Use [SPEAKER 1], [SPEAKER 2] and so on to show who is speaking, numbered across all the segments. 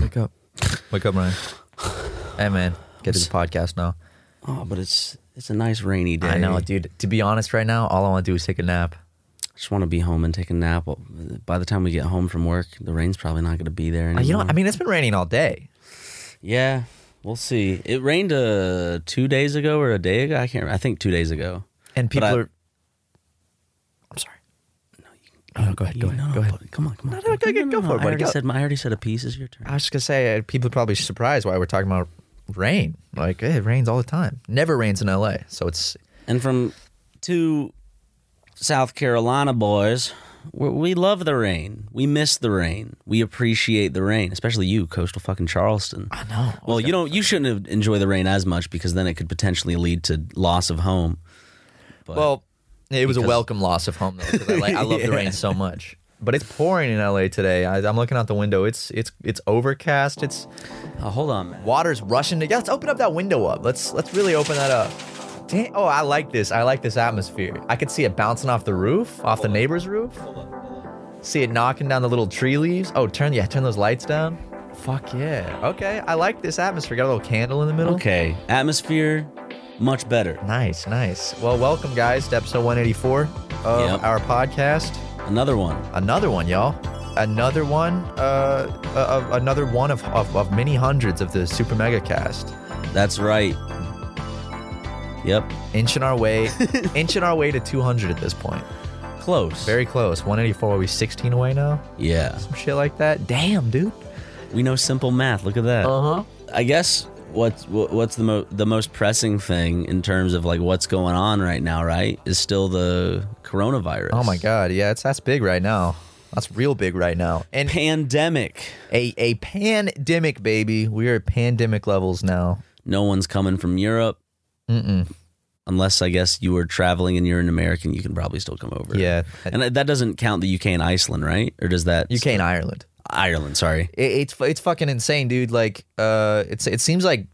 [SPEAKER 1] Wake up. Wake up, Ryan. Hey, man. Get to the podcast now.
[SPEAKER 2] Oh, but it's it's a nice rainy day.
[SPEAKER 1] I know, dude. To be honest, right now, all I want to do is take a nap.
[SPEAKER 2] Just want to be home and take a nap. Well, By the time we get home from work, the rain's probably not going to be there
[SPEAKER 1] Uh,
[SPEAKER 2] anymore.
[SPEAKER 1] You know, I mean, it's been raining all day.
[SPEAKER 2] yeah, we'll see. It rained uh, two days ago or a day ago. I can't. remember. I think two days ago.
[SPEAKER 1] And
[SPEAKER 2] But
[SPEAKER 1] people
[SPEAKER 2] I-
[SPEAKER 1] are. I'm sorry. Oh, No, go ahead. Go
[SPEAKER 2] You
[SPEAKER 1] ahead.
[SPEAKER 2] know,
[SPEAKER 1] go ahead.
[SPEAKER 2] but Come on, come on.
[SPEAKER 1] No, no, go- go- go for it,
[SPEAKER 2] I
[SPEAKER 1] buddy,
[SPEAKER 2] already
[SPEAKER 1] go.
[SPEAKER 2] said. My, I already said a piece. Is your turn.
[SPEAKER 1] I was just going to say, uh, people are probably surprised why we're talking about rain. Like, eh, it rains all the time. Never rains in LA. So it's.
[SPEAKER 2] And from two South Carolina boys, we- we love the rain. We miss the rain. We appreciate the rain, especially you, coastal fucking Charleston. I know. Well, you don't. You shouldn't have enjoy the rain as much because then it could potentially lead to loss of home. But
[SPEAKER 1] Well, it was a
[SPEAKER 2] because-
[SPEAKER 1] welcome loss of home though. 'cause I, like, I love the rain so much. But it's pouring in LA today. I, I'm looking out the window. It's it's it's overcast. It's
[SPEAKER 2] Oh, hold on, man.
[SPEAKER 1] water's rushing. To, yeah, let's open up that window up. Let's let's really open that up. Damn, oh, I like this. I like this atmosphere. I could see it bouncing off the roof, off the neighbor's roof. See it knocking down the little tree leaves. Oh, turn yeah, turn those lights down. Fuck yeah. Okay, I like this atmosphere. Got a little candle in the middle.
[SPEAKER 2] Okay, atmosphere much better.
[SPEAKER 1] Nice, nice. Well, welcome guys to episode 184 of
[SPEAKER 2] Yep.
[SPEAKER 1] our podcast.
[SPEAKER 2] Another one.
[SPEAKER 1] another one y'all another one uh, uh another one of, of of many hundreds of the super mega cast
[SPEAKER 2] That's right. Yep,
[SPEAKER 1] inching our way inching our way to 200 at this point
[SPEAKER 2] close.
[SPEAKER 1] very close 184 are we 16 away now
[SPEAKER 2] Yeah.
[SPEAKER 1] some shit like that damn dude
[SPEAKER 2] We know simple math. Look at that. Uh huh. I guess what's wha- what's the mo- the most pressing thing in terms of like what's going on right now, right? Is still the coronavirus.
[SPEAKER 1] oh my god yeah it's that's big right now that's real big right now and
[SPEAKER 2] Pandemic.
[SPEAKER 1] a a pandemic baby we are at pandemic levels now
[SPEAKER 2] No one's coming from Europe. Unless I guess you were traveling and you're an American, you can probably still come over.
[SPEAKER 1] Yeah.
[SPEAKER 2] and that- that doesn't count the UK and Iceland, right? Or does that
[SPEAKER 1] uk and ireland
[SPEAKER 2] Ireland? Sorry,
[SPEAKER 1] it, it's it's fucking insane, dude. Like, uh, it's it seems like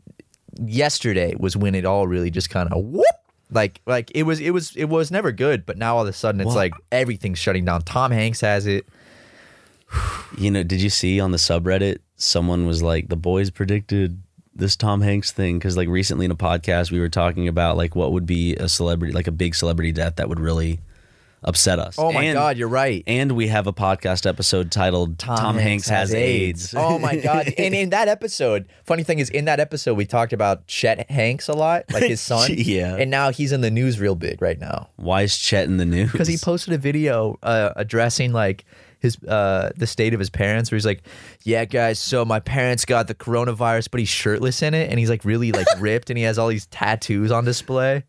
[SPEAKER 1] yesterday was when it all really just kind of whoop. Like, like it was, it was, it was never good, but now all of a sudden it's like everything's shutting down. Tom Hanks has it.
[SPEAKER 2] you know, did you see on the subreddit someone was like, the boys predicted this Tom Hanks thing because like recently in a podcast we were talking about like what would be a celebrity like a big celebrity death that would really upset us.
[SPEAKER 1] Oh my
[SPEAKER 2] And-
[SPEAKER 1] god, you're right.
[SPEAKER 2] And we have a podcast episode titled Tom, Hanks, has, AIDS.
[SPEAKER 1] Oh my god! And in that episode, funny thing is, in that episode we talked about Chet Hanks a lot, like his son.
[SPEAKER 2] Yeah.
[SPEAKER 1] And now he's in the news real big right now.
[SPEAKER 2] Why is Chet in the news?
[SPEAKER 1] because he posted a video uh, addressing like his uh, the state of his parents where he's like yeah guys so my parents got the coronavirus but he's shirtless in it and he's like really like ripped and he has all these tattoos on display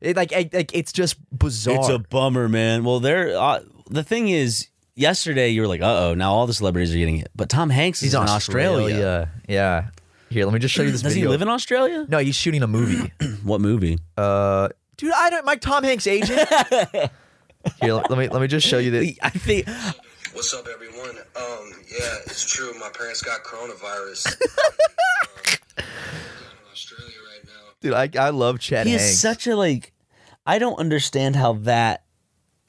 [SPEAKER 1] it, like, it- like it's just bizarre
[SPEAKER 2] It's a bummer, man. Well, there. Uh, the thing is, yesterday you were like, uh oh, now all the celebrities are getting it. But Tom Hanks is
[SPEAKER 1] He's
[SPEAKER 2] in
[SPEAKER 1] on
[SPEAKER 2] Australia.
[SPEAKER 1] Australia. Yeah. Here, let me just show you this
[SPEAKER 2] Does
[SPEAKER 1] video.
[SPEAKER 2] he live in Australia?
[SPEAKER 1] No, he's shooting a movie.
[SPEAKER 2] What movie?
[SPEAKER 1] uh, dude, I don't. My Tom Hanks agent. Here, let me let me just show you this.
[SPEAKER 2] I think
[SPEAKER 3] What's up, everyone? Um, yeah, it's true. My parents got coronavirus. Um, in Australia right now.
[SPEAKER 1] Dude, I, I love Chad
[SPEAKER 2] he
[SPEAKER 1] Hanks.
[SPEAKER 2] is such a like. I don't understand how that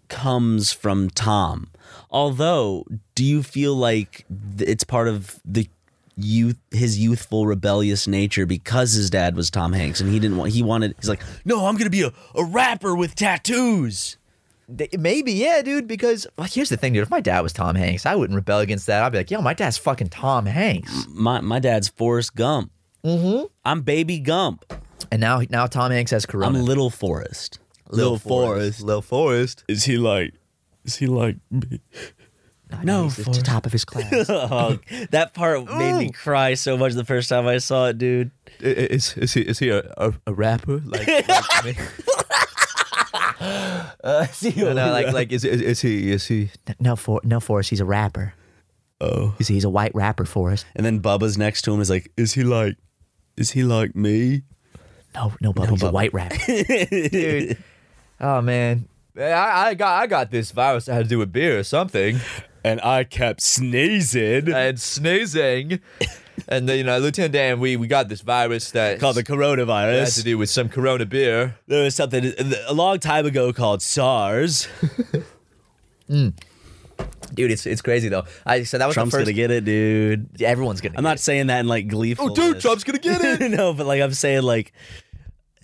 [SPEAKER 2] comes from Tom. Although, do you feel like th- it's part of the youth, his youthful rebellious nature because his dad was Tom Hanks and he didn't want. He wanted. He's like, no, I'm gonna be a, a rapper with tattoos.
[SPEAKER 1] Th- Maybe, yeah, dude. Because well, here's the thing, dude. If my dad was Tom Hanks, I wouldn't rebel against that. I'd be like, yo, my dad's fucking Tom Hanks.
[SPEAKER 2] My my dad's Forrest Gump. Mm-hmm. I'm Baby Gump.
[SPEAKER 1] And now, now Tom Hanks has Corona.
[SPEAKER 2] I'm Little Forrest.
[SPEAKER 1] Lil Forest.
[SPEAKER 2] Is he like? Is he like me? No,
[SPEAKER 1] Oh, he's the
[SPEAKER 2] Forrest.
[SPEAKER 1] top of his class.
[SPEAKER 2] Oh, that part made
[SPEAKER 1] Oh.
[SPEAKER 2] me cry so much the first time I saw it, dude.
[SPEAKER 1] is, is he is he a, a, a rapper like, like me? no, no, like like is, is is he is he no for no Forrest he's a rapper. Oh, he's he's a white rapper Forrest.
[SPEAKER 2] And then Bubba's next to him is like, "Is he like? Is he like me?" Oh,
[SPEAKER 1] No, no, Bubba, he's a white rapper. Dude, oh man, I, I got I got this virus that had to do with beer or something.
[SPEAKER 2] And I kept sneezing.
[SPEAKER 1] and sneezing. And then, you know, Lieutenant Dan, we, we got this virus that
[SPEAKER 2] Called the
[SPEAKER 1] that had to
[SPEAKER 2] coronavirus.
[SPEAKER 1] do with some Corona beer.
[SPEAKER 2] There was something a long time ago called SARS.
[SPEAKER 1] Dude, it's it's crazy though. I so that was
[SPEAKER 2] Trump's
[SPEAKER 1] the
[SPEAKER 2] gonna
[SPEAKER 1] first.
[SPEAKER 2] get it, dude.
[SPEAKER 1] everyone's gonna.
[SPEAKER 2] I'm not saying that in like gleeful.
[SPEAKER 1] Oh, dude, Trump's gonna get it.
[SPEAKER 2] no, but like I'm saying, like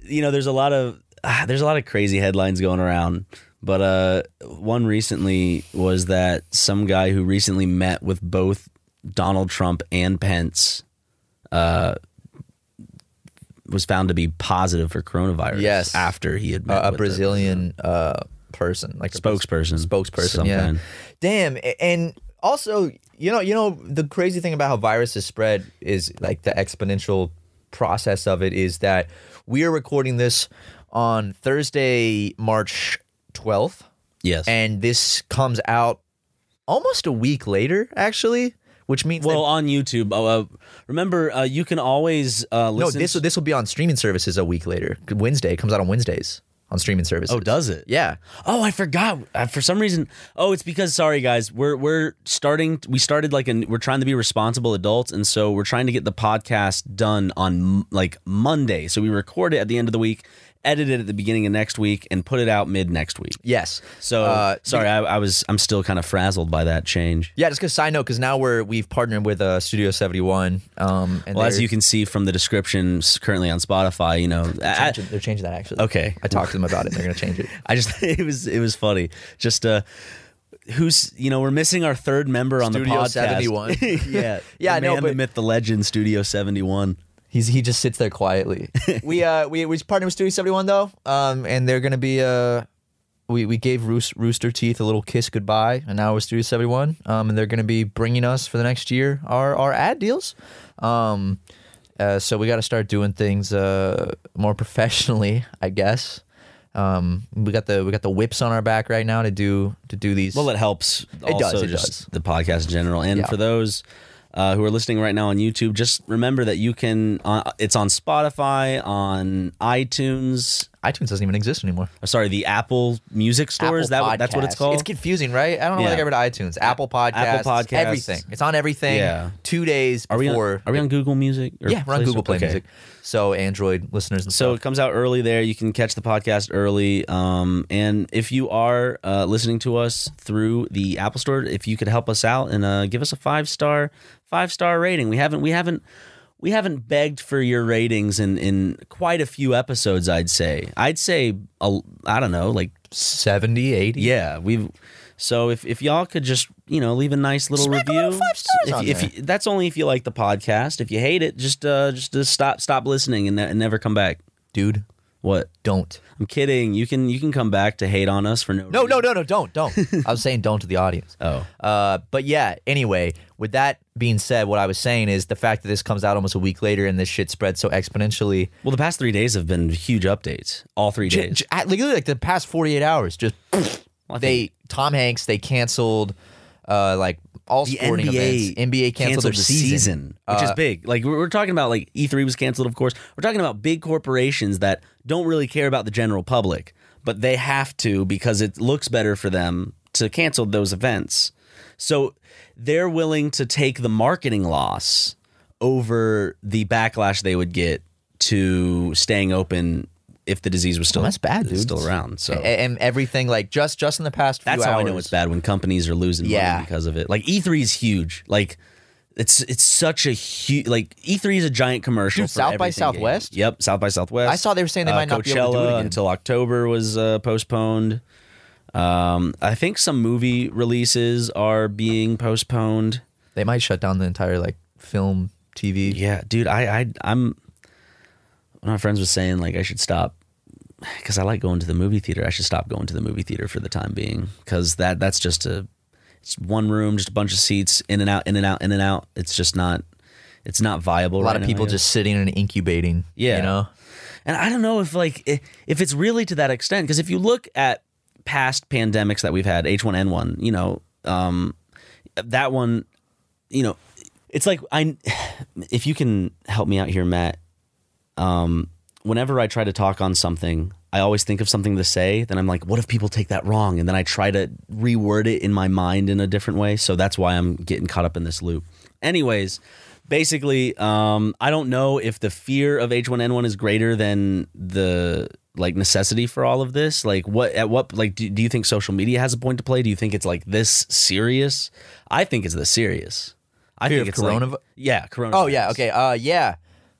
[SPEAKER 2] you know, there's a lot of ah, there's a lot of crazy headlines going around. But uh, one recently was that some guy who recently met with both Donald Trump and Pence uh, was found to be positive for coronavirus.
[SPEAKER 1] Yes.
[SPEAKER 2] after he had met
[SPEAKER 1] Uh,
[SPEAKER 2] with
[SPEAKER 1] a
[SPEAKER 2] the
[SPEAKER 1] Brazilian uh, person, like a
[SPEAKER 2] spokesperson,
[SPEAKER 1] spokesperson.
[SPEAKER 2] some
[SPEAKER 1] yeah.
[SPEAKER 2] kind.
[SPEAKER 1] Damn. a- And also, you know, you know, the crazy thing about how viruses spread is like the exponential process of it is that we are recording this on Thursday, March twelfth.
[SPEAKER 2] Yes.
[SPEAKER 1] and this comes out almost a week later, actually, which means
[SPEAKER 2] well,
[SPEAKER 1] that,
[SPEAKER 2] on YouTube, uh, uh, remember uh, you can always uh,
[SPEAKER 1] no,
[SPEAKER 2] listen.
[SPEAKER 1] this
[SPEAKER 2] to-
[SPEAKER 1] this will be on streaming services a week later. Wednesday it comes out on Wednesdays on streaming services.
[SPEAKER 2] oh, does it?
[SPEAKER 1] yeah.
[SPEAKER 2] Oh, I forgot. Uh, for some reason, oh, it's because sorry guys, we're we're starting. We started like an, we're trying to be responsible adults, and so we're trying to get the podcast done on m- like Monday. So we record it at the end of the week, edit it at the beginning of next week, and put it out mid next week.
[SPEAKER 1] Yes.
[SPEAKER 2] So
[SPEAKER 1] Uh,
[SPEAKER 2] sorry, I, I was I'm still kind of frazzled by that change.
[SPEAKER 1] Yeah, just because side note, because now we're we've partnered with uh, Studio Seventy One. Um, and
[SPEAKER 2] Well, as
[SPEAKER 1] they're
[SPEAKER 2] you can see from the descriptions currently on Spotify, you know, I-
[SPEAKER 1] changing, they're changing that actually.
[SPEAKER 2] Okay.
[SPEAKER 1] I talked to them about it. They're gonna change it.
[SPEAKER 2] I just it was it was funny. Just uh who's you know we're missing our third member on
[SPEAKER 1] Studio
[SPEAKER 2] the podcast.
[SPEAKER 1] 71.
[SPEAKER 2] yeah,
[SPEAKER 1] Yeah, I
[SPEAKER 2] The
[SPEAKER 1] know,
[SPEAKER 2] man, the
[SPEAKER 1] but-
[SPEAKER 2] myth, the legend, Studio Seventy One.
[SPEAKER 1] He's he just sits there quietly. we uh we we partnered with Studio Seventy One though, um, and they're gonna be uh. We, we gave Roos- Rooster Teeth a little kiss goodbye, and now we're Studio 71, um, and they're going to be bringing us for the next year our, our ad deals. Um, uh, so we got to start doing things uh, more professionally, I guess. Um, we got the we got the whips on our back right now to do to do these.
[SPEAKER 2] Well, it helps.
[SPEAKER 1] does,
[SPEAKER 2] also
[SPEAKER 1] it
[SPEAKER 2] just
[SPEAKER 1] does.
[SPEAKER 2] The podcast in general, and
[SPEAKER 1] Yeah.
[SPEAKER 2] for those. Uh, who are listening right now on YouTube? Just remember that you can. Uh, it's on Spotify, on iTunes.
[SPEAKER 1] iTunes doesn't even exist anymore.
[SPEAKER 2] uh, Sorry, the Apple Music Store. Is
[SPEAKER 1] Apple
[SPEAKER 2] that that's what it's
[SPEAKER 1] Podcasts.
[SPEAKER 2] called?
[SPEAKER 1] It's confusing, right? I don't know
[SPEAKER 2] Yeah.
[SPEAKER 1] why they got rid of iTunes. Apple Podcasts,
[SPEAKER 2] Apple Podcasts.
[SPEAKER 1] everything. It's on everything.
[SPEAKER 2] Yeah.
[SPEAKER 1] Two days
[SPEAKER 2] are we on,
[SPEAKER 1] before.
[SPEAKER 2] are we on Google Music? or
[SPEAKER 1] yeah, we're on Google
[SPEAKER 2] Store?
[SPEAKER 1] Play
[SPEAKER 2] Okay.
[SPEAKER 1] Music. So Android listeners and
[SPEAKER 2] So
[SPEAKER 1] stuff.
[SPEAKER 2] it comes out early there. You can catch the podcast early. Um, and if you are uh, listening to us through the Apple Store, if you could help us out and uh, give us a five star five star rating, we haven't we haven't we haven't begged for your ratings in in quite a few episodes. I'd say I'd say a, I don't know like
[SPEAKER 1] 70, 80.
[SPEAKER 2] yeah we've. So if, if y'all could just you know leave a nice little review,
[SPEAKER 1] five stars
[SPEAKER 2] if,
[SPEAKER 1] on
[SPEAKER 2] if
[SPEAKER 1] there.
[SPEAKER 2] you- that's only if you like the podcast. If you hate it, just uh, just, just stop stop listening and, ne- and never come back.
[SPEAKER 1] Dude,
[SPEAKER 2] What?
[SPEAKER 1] don't.
[SPEAKER 2] I'm kidding. You can you can come back to hate on us for no.
[SPEAKER 1] No,
[SPEAKER 2] reason.
[SPEAKER 1] no, no, no, don't, don't. I was saying don't to the audience.
[SPEAKER 2] Oh.
[SPEAKER 1] Uh, but yeah, anyway, with that being said, what I was saying is the fact that this comes out almost a week later and this shit spread so exponentially.
[SPEAKER 2] Well, the past three days have been huge updates. All three
[SPEAKER 1] J-
[SPEAKER 2] days.
[SPEAKER 1] j- at- literally like the past 48 hours just
[SPEAKER 2] Well, I
[SPEAKER 1] they
[SPEAKER 2] think-
[SPEAKER 1] Tom Hanks they canceled uh, like all
[SPEAKER 2] The
[SPEAKER 1] sporting
[SPEAKER 2] NBA
[SPEAKER 1] events. NBA canceled,
[SPEAKER 2] canceled
[SPEAKER 1] the
[SPEAKER 2] season, which is
[SPEAKER 1] Uh,
[SPEAKER 2] big. Like we're, we're talking about, like E3 was canceled, of course. We're talking about big corporations that don't really care about the general public, but they have to because it looks better for them to cancel those events. So they're willing to take the marketing loss over the backlash they would get to staying open if the disease was still
[SPEAKER 1] Well, that's bad, dude.
[SPEAKER 2] still around. So
[SPEAKER 1] A- and everything like just just in the past few
[SPEAKER 2] that's how I know
[SPEAKER 1] hours.
[SPEAKER 2] it's bad when companies are losing
[SPEAKER 1] Yeah.
[SPEAKER 2] money because of it. Like E3 is huge. Like it's it's such a huge like E3 is a giant commercial.
[SPEAKER 1] Dude,
[SPEAKER 2] for
[SPEAKER 1] South by
[SPEAKER 2] everything
[SPEAKER 1] Southwest?
[SPEAKER 2] gaming. Yep, South by Southwest.
[SPEAKER 1] I saw they were saying they
[SPEAKER 2] Uh,
[SPEAKER 1] might not be able to do it
[SPEAKER 2] Coachella
[SPEAKER 1] again.
[SPEAKER 2] until October was uh, postponed. Um, I think some movie releases are being postponed.
[SPEAKER 1] They might shut down the entire like film, TV.
[SPEAKER 2] Yeah, dude, I I I'm one of my friends was saying like I should stop because I like going to the movie theater. I should stop going to the movie theater for the time being because that that's just a it's one room, just a bunch of seats, in and out, in and out, in and out. It's just not it's not viable.
[SPEAKER 1] A lot
[SPEAKER 2] right
[SPEAKER 1] of
[SPEAKER 2] now, I
[SPEAKER 1] people
[SPEAKER 2] guess.
[SPEAKER 1] just sitting and incubating.
[SPEAKER 2] Yeah.
[SPEAKER 1] you know.
[SPEAKER 2] and I don't know if like i- if it's really to that extent because if you look at past pandemics that we've had, H1N1, you know, um, that one, you know, it's like I if you can help me out here, Matt. Um, whenever I try to talk on something, I always think of something to say. Then I'm like, what if people take that wrong? And then I try to reword it in my mind in a different way. So that's why I'm getting caught up in this loop. Anyways, basically, um, I don't know if the fear of H1N1 is greater than the like necessity for all of this. Like, what at what like do, do you think social media has a point to play? Do you think it's like this serious? I think it's this serious. I
[SPEAKER 1] Fear
[SPEAKER 2] think
[SPEAKER 1] of
[SPEAKER 2] it's like-
[SPEAKER 1] coronavi-
[SPEAKER 2] yeah, coronavirus.
[SPEAKER 1] Oh yeah. Okay. Uh, yeah.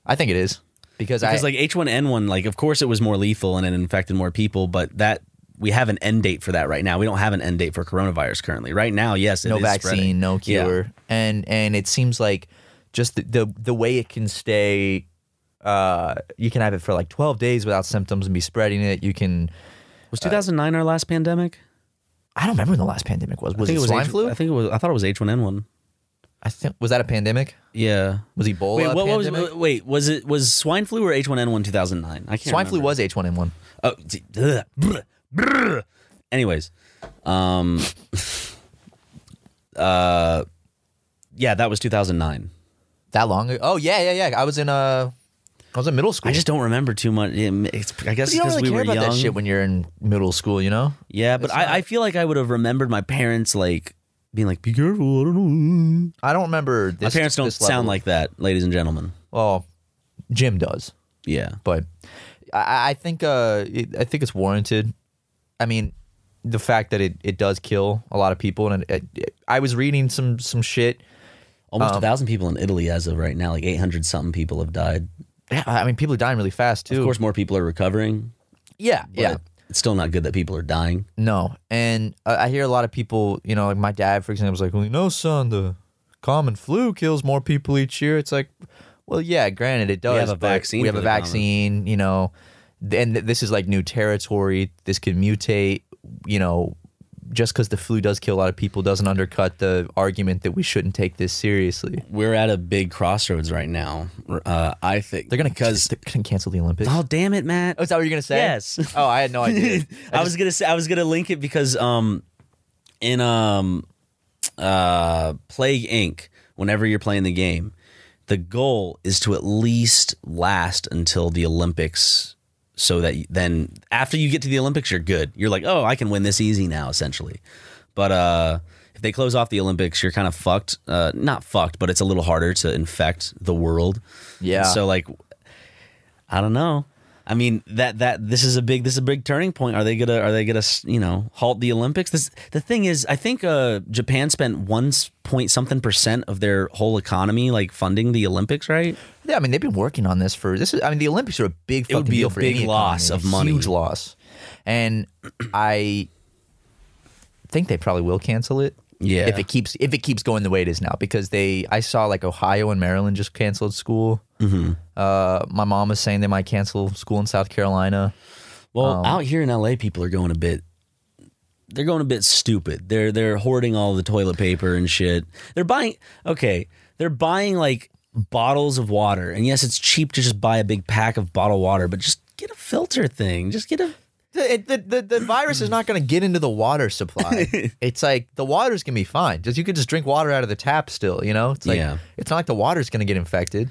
[SPEAKER 1] I think it is because,
[SPEAKER 2] Because
[SPEAKER 1] I
[SPEAKER 2] like H1N1, like of course it was more lethal and it infected more people, but that we have an end date for that right now. We don't have an end date for coronavirus currently. Right now, yes, it
[SPEAKER 1] no
[SPEAKER 2] is
[SPEAKER 1] vaccine,
[SPEAKER 2] spreading.
[SPEAKER 1] no
[SPEAKER 2] Yeah.
[SPEAKER 1] cure, and and it seems like just the, the the way it can stay. Uh, you can have it for like 12 days without symptoms and be spreading it. You can.
[SPEAKER 2] Was 2009 our last pandemic?
[SPEAKER 1] I don't remember when the last pandemic was. Was it, swine
[SPEAKER 2] H-
[SPEAKER 1] flu?
[SPEAKER 2] I think it was. I thought it was H1N1.
[SPEAKER 1] I think was that a pandemic?
[SPEAKER 2] Yeah.
[SPEAKER 1] Was Ebola
[SPEAKER 2] Wait,
[SPEAKER 1] a
[SPEAKER 2] what, what was?
[SPEAKER 1] pandemic?
[SPEAKER 2] Wait, was it was swine flu or H1N1 2009? I can't.
[SPEAKER 1] swine flu
[SPEAKER 2] remember.
[SPEAKER 1] was H1N1.
[SPEAKER 2] Oh, d- bleh, bleh, bleh. anyways, um, uh, yeah, that was 2009.
[SPEAKER 1] That long ago? Oh yeah, yeah, yeah. I was in uh, I was in middle school.
[SPEAKER 2] I just don't remember too much. It- It's, I guess
[SPEAKER 1] But you don't
[SPEAKER 2] because
[SPEAKER 1] really
[SPEAKER 2] we
[SPEAKER 1] care
[SPEAKER 2] were
[SPEAKER 1] about
[SPEAKER 2] young.
[SPEAKER 1] that shit when you're in middle school, you know?
[SPEAKER 2] yeah, but I, I feel like I would have remembered my parents like being like, "Be careful." I don't know.
[SPEAKER 1] I don't remember. This,
[SPEAKER 2] my parents don't
[SPEAKER 1] this
[SPEAKER 2] sound
[SPEAKER 1] level.
[SPEAKER 2] like that, ladies and gentlemen.
[SPEAKER 1] Well, Jim does,
[SPEAKER 2] Yeah,
[SPEAKER 1] but I, I think uh, it, I think it's warranted. I mean, the fact that it, it does kill a lot of people, and it, it- I was reading some some shit.
[SPEAKER 2] almost
[SPEAKER 1] Um,
[SPEAKER 2] a thousand people in Italy as of right now. Like eight hundred something people have died.
[SPEAKER 1] Yeah, I mean, people are dying really fast too.
[SPEAKER 2] Of course, more people are recovering.
[SPEAKER 1] yeah,
[SPEAKER 2] but
[SPEAKER 1] yeah.
[SPEAKER 2] it's still not good that people are dying.
[SPEAKER 1] No, and I I hear a lot of people. You know, like my dad, for example, is like, "Well, you know, son, the common flu kills more people each year." It's like, well, yeah, granted, it does.
[SPEAKER 2] have a
[SPEAKER 1] but
[SPEAKER 2] vaccine
[SPEAKER 1] We have
[SPEAKER 2] for
[SPEAKER 1] a
[SPEAKER 2] the common.
[SPEAKER 1] vaccine. You know, and th- this is like new territory. This can mutate. You know, just because the flu does kill a lot of people doesn't undercut the argument that we shouldn't take this seriously.
[SPEAKER 2] We're at a big crossroads right now. Uh, I think
[SPEAKER 1] They're gonna
[SPEAKER 2] because
[SPEAKER 1] they're gonna cancel the Olympics.
[SPEAKER 2] oh damn it, Matt.
[SPEAKER 1] Oh, is that what you're gonna say?
[SPEAKER 2] Yes.
[SPEAKER 1] Oh, I had no idea.
[SPEAKER 2] I, was gonna say I was gonna link it because um in um uh Plague Inc. Whenever you're playing the game, the goal is to at least last until the Olympics, so that you, then after you get to the Olympics, you're good. You're like, oh, I can win this easy now, essentially. But uh, if they close off the Olympics, you're kind of fucked. Uh, not fucked, but it's a little harder to infect the world.
[SPEAKER 1] Yeah.
[SPEAKER 2] So like, I don't know. I mean that that this is a big this is a big turning point. Are they gonna are they gonna you know halt the Olympics? This the thing is, I think uh, Japan spent one point something percent of their whole economy like funding the Olympics, right?
[SPEAKER 1] Yeah, I mean they've been working on this for this is I mean the Olympics are a big
[SPEAKER 2] It would
[SPEAKER 1] fucking
[SPEAKER 2] be
[SPEAKER 1] deal
[SPEAKER 2] a
[SPEAKER 1] for
[SPEAKER 2] big
[SPEAKER 1] any
[SPEAKER 2] loss
[SPEAKER 1] economy,
[SPEAKER 2] of money.
[SPEAKER 1] huge loss, and I think they probably will cancel it.
[SPEAKER 2] Yeah.
[SPEAKER 1] if it keeps if it keeps going the way it is now because they I saw like Ohio and Maryland just canceled school. Mm-hmm. Uh, my mom is saying they might cancel school in South Carolina.
[SPEAKER 2] Well,
[SPEAKER 1] Um,
[SPEAKER 2] out here in LA, people are going a bit. They're going a bit stupid. They're they're hoarding all the toilet paper and shit. They're buying okay. They're buying like bottles of water, and yes, it's cheap to just buy a big pack of bottled water, but just get a filter thing. Just get a
[SPEAKER 1] The, the, the, the virus is not going to get into the water supply. it's like the water's going to be fine. Just you could just drink water out of the tap still, you know? It's like
[SPEAKER 2] Yeah.
[SPEAKER 1] it's not like the water's going to get infected.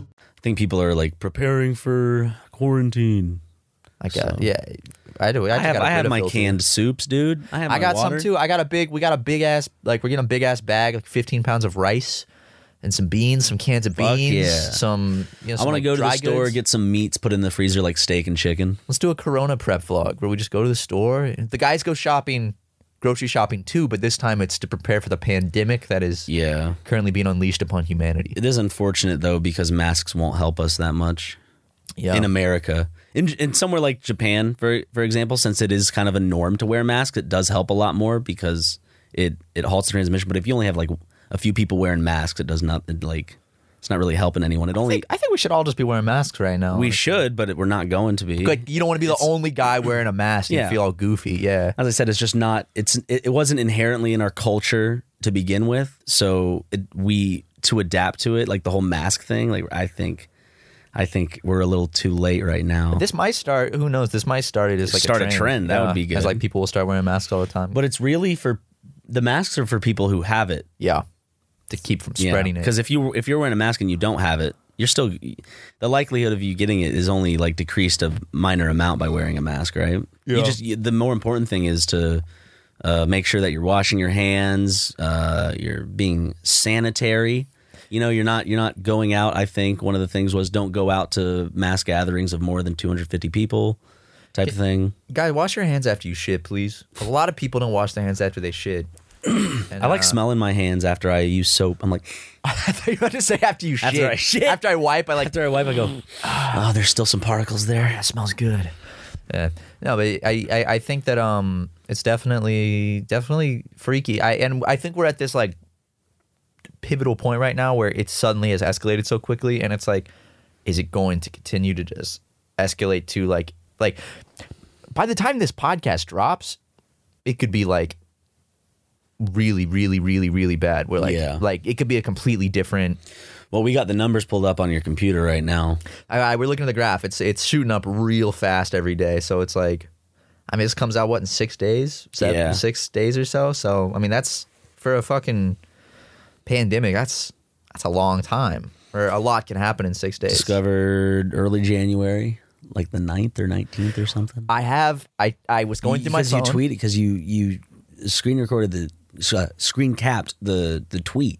[SPEAKER 2] I think people are like preparing for quarantine.
[SPEAKER 1] I got yeah. I do. I,
[SPEAKER 2] I,
[SPEAKER 1] just
[SPEAKER 2] have
[SPEAKER 1] got a
[SPEAKER 2] I have
[SPEAKER 1] Brita
[SPEAKER 2] my
[SPEAKER 1] filter.
[SPEAKER 2] canned soups, dude. I have
[SPEAKER 1] I
[SPEAKER 2] my
[SPEAKER 1] got
[SPEAKER 2] water.
[SPEAKER 1] some too. I got a big. We got a big ass. Like we're getting a big ass bag, like 15 pounds of rice, and some beans, some cans of
[SPEAKER 2] Fuck
[SPEAKER 1] beans,
[SPEAKER 2] yeah.
[SPEAKER 1] some. You know,
[SPEAKER 2] I
[SPEAKER 1] some,
[SPEAKER 2] want to
[SPEAKER 1] like,
[SPEAKER 2] go to the
[SPEAKER 1] dry
[SPEAKER 2] store,
[SPEAKER 1] goods.
[SPEAKER 2] get some meats, put in the freezer like steak and chicken.
[SPEAKER 1] Let's do a Corona prep vlog where we just go to the store. and The guys go shopping, grocery shopping too, but this time it's to prepare for the pandemic that is
[SPEAKER 2] Yeah.
[SPEAKER 1] currently being unleashed upon humanity.
[SPEAKER 2] It is unfortunate though because masks won't help us that much
[SPEAKER 1] Yeah.
[SPEAKER 2] in America. In, in somewhere like Japan, for for example, since it is kind of a norm to wear masks, it does help a lot more because it it halts the transmission. But if you only have like a few people wearing masks, it does not it, like it's not really helping anyone. It
[SPEAKER 1] I
[SPEAKER 2] only
[SPEAKER 1] think, I think we should all just be wearing masks right now.
[SPEAKER 2] we should, but it, we're not going to be.
[SPEAKER 1] Like you don't want to be the only guy wearing a mask. and
[SPEAKER 2] Yeah.
[SPEAKER 1] You feel all goofy. Yeah.
[SPEAKER 2] as I said, it's just not. It's it, it wasn't inherently in our culture to begin with, so it, we to adapt to it, like the whole mask thing. Like I think, I think we're a little too late right now.
[SPEAKER 1] This might start. Who knows? This might start it as like
[SPEAKER 2] Start a
[SPEAKER 1] a trend.
[SPEAKER 2] trend, that would be good.
[SPEAKER 1] As like people will start wearing masks all the time.
[SPEAKER 2] but it's really for the masks are for people who have it
[SPEAKER 1] yeah, to keep from spreading it.
[SPEAKER 2] Because if you if you're wearing a mask and you don't have it, you're still the likelihood of you getting it is only like decreased a minor amount by wearing a mask, right? You just you, the more important thing is to uh, make sure that you're washing your hands, uh, you're being sanitary. You know, you're not you're not going out. I think one of the things was don't go out to mass gatherings of more than 250 people, type of thing.
[SPEAKER 1] Guys, wash your hands after you shit, please. A lot of people don't wash their hands after they shit. And,
[SPEAKER 2] I like
[SPEAKER 1] uh,
[SPEAKER 2] smelling my hands after I use soap. I'm like,
[SPEAKER 1] I thought you were about to say after you shit.
[SPEAKER 2] After I shit.
[SPEAKER 1] After I wipe, I like.
[SPEAKER 2] after I wipe, I go, oh, there's still some particles there.
[SPEAKER 1] that Ah, smells good. Yeah. No, but I, I, I think that um it's definitely definitely freaky. I and I think we're at this like pivotal point right now where it suddenly has escalated so quickly and it's like is it going to continue to just escalate to like like by the time this podcast drops it could be like really really really really bad where like
[SPEAKER 2] Yeah.
[SPEAKER 1] like it could be a completely different
[SPEAKER 2] Well, we got the numbers pulled up on your computer right now.
[SPEAKER 1] I, I, we're looking at the graph. It's it's shooting up real fast every day. So it's like, I mean, this comes out what in six days, seven,
[SPEAKER 2] Yeah.
[SPEAKER 1] six days or so. So I mean, that's for a fucking pandemic. That's that's a long time. Or a lot can happen in six days.
[SPEAKER 2] Discovered early January, like the 9th or 19th or something.
[SPEAKER 1] I have. I I was Ah, going through my
[SPEAKER 2] Because
[SPEAKER 1] phone.
[SPEAKER 2] you tweeted because you you screen recorded the uh, screen capped the the tweet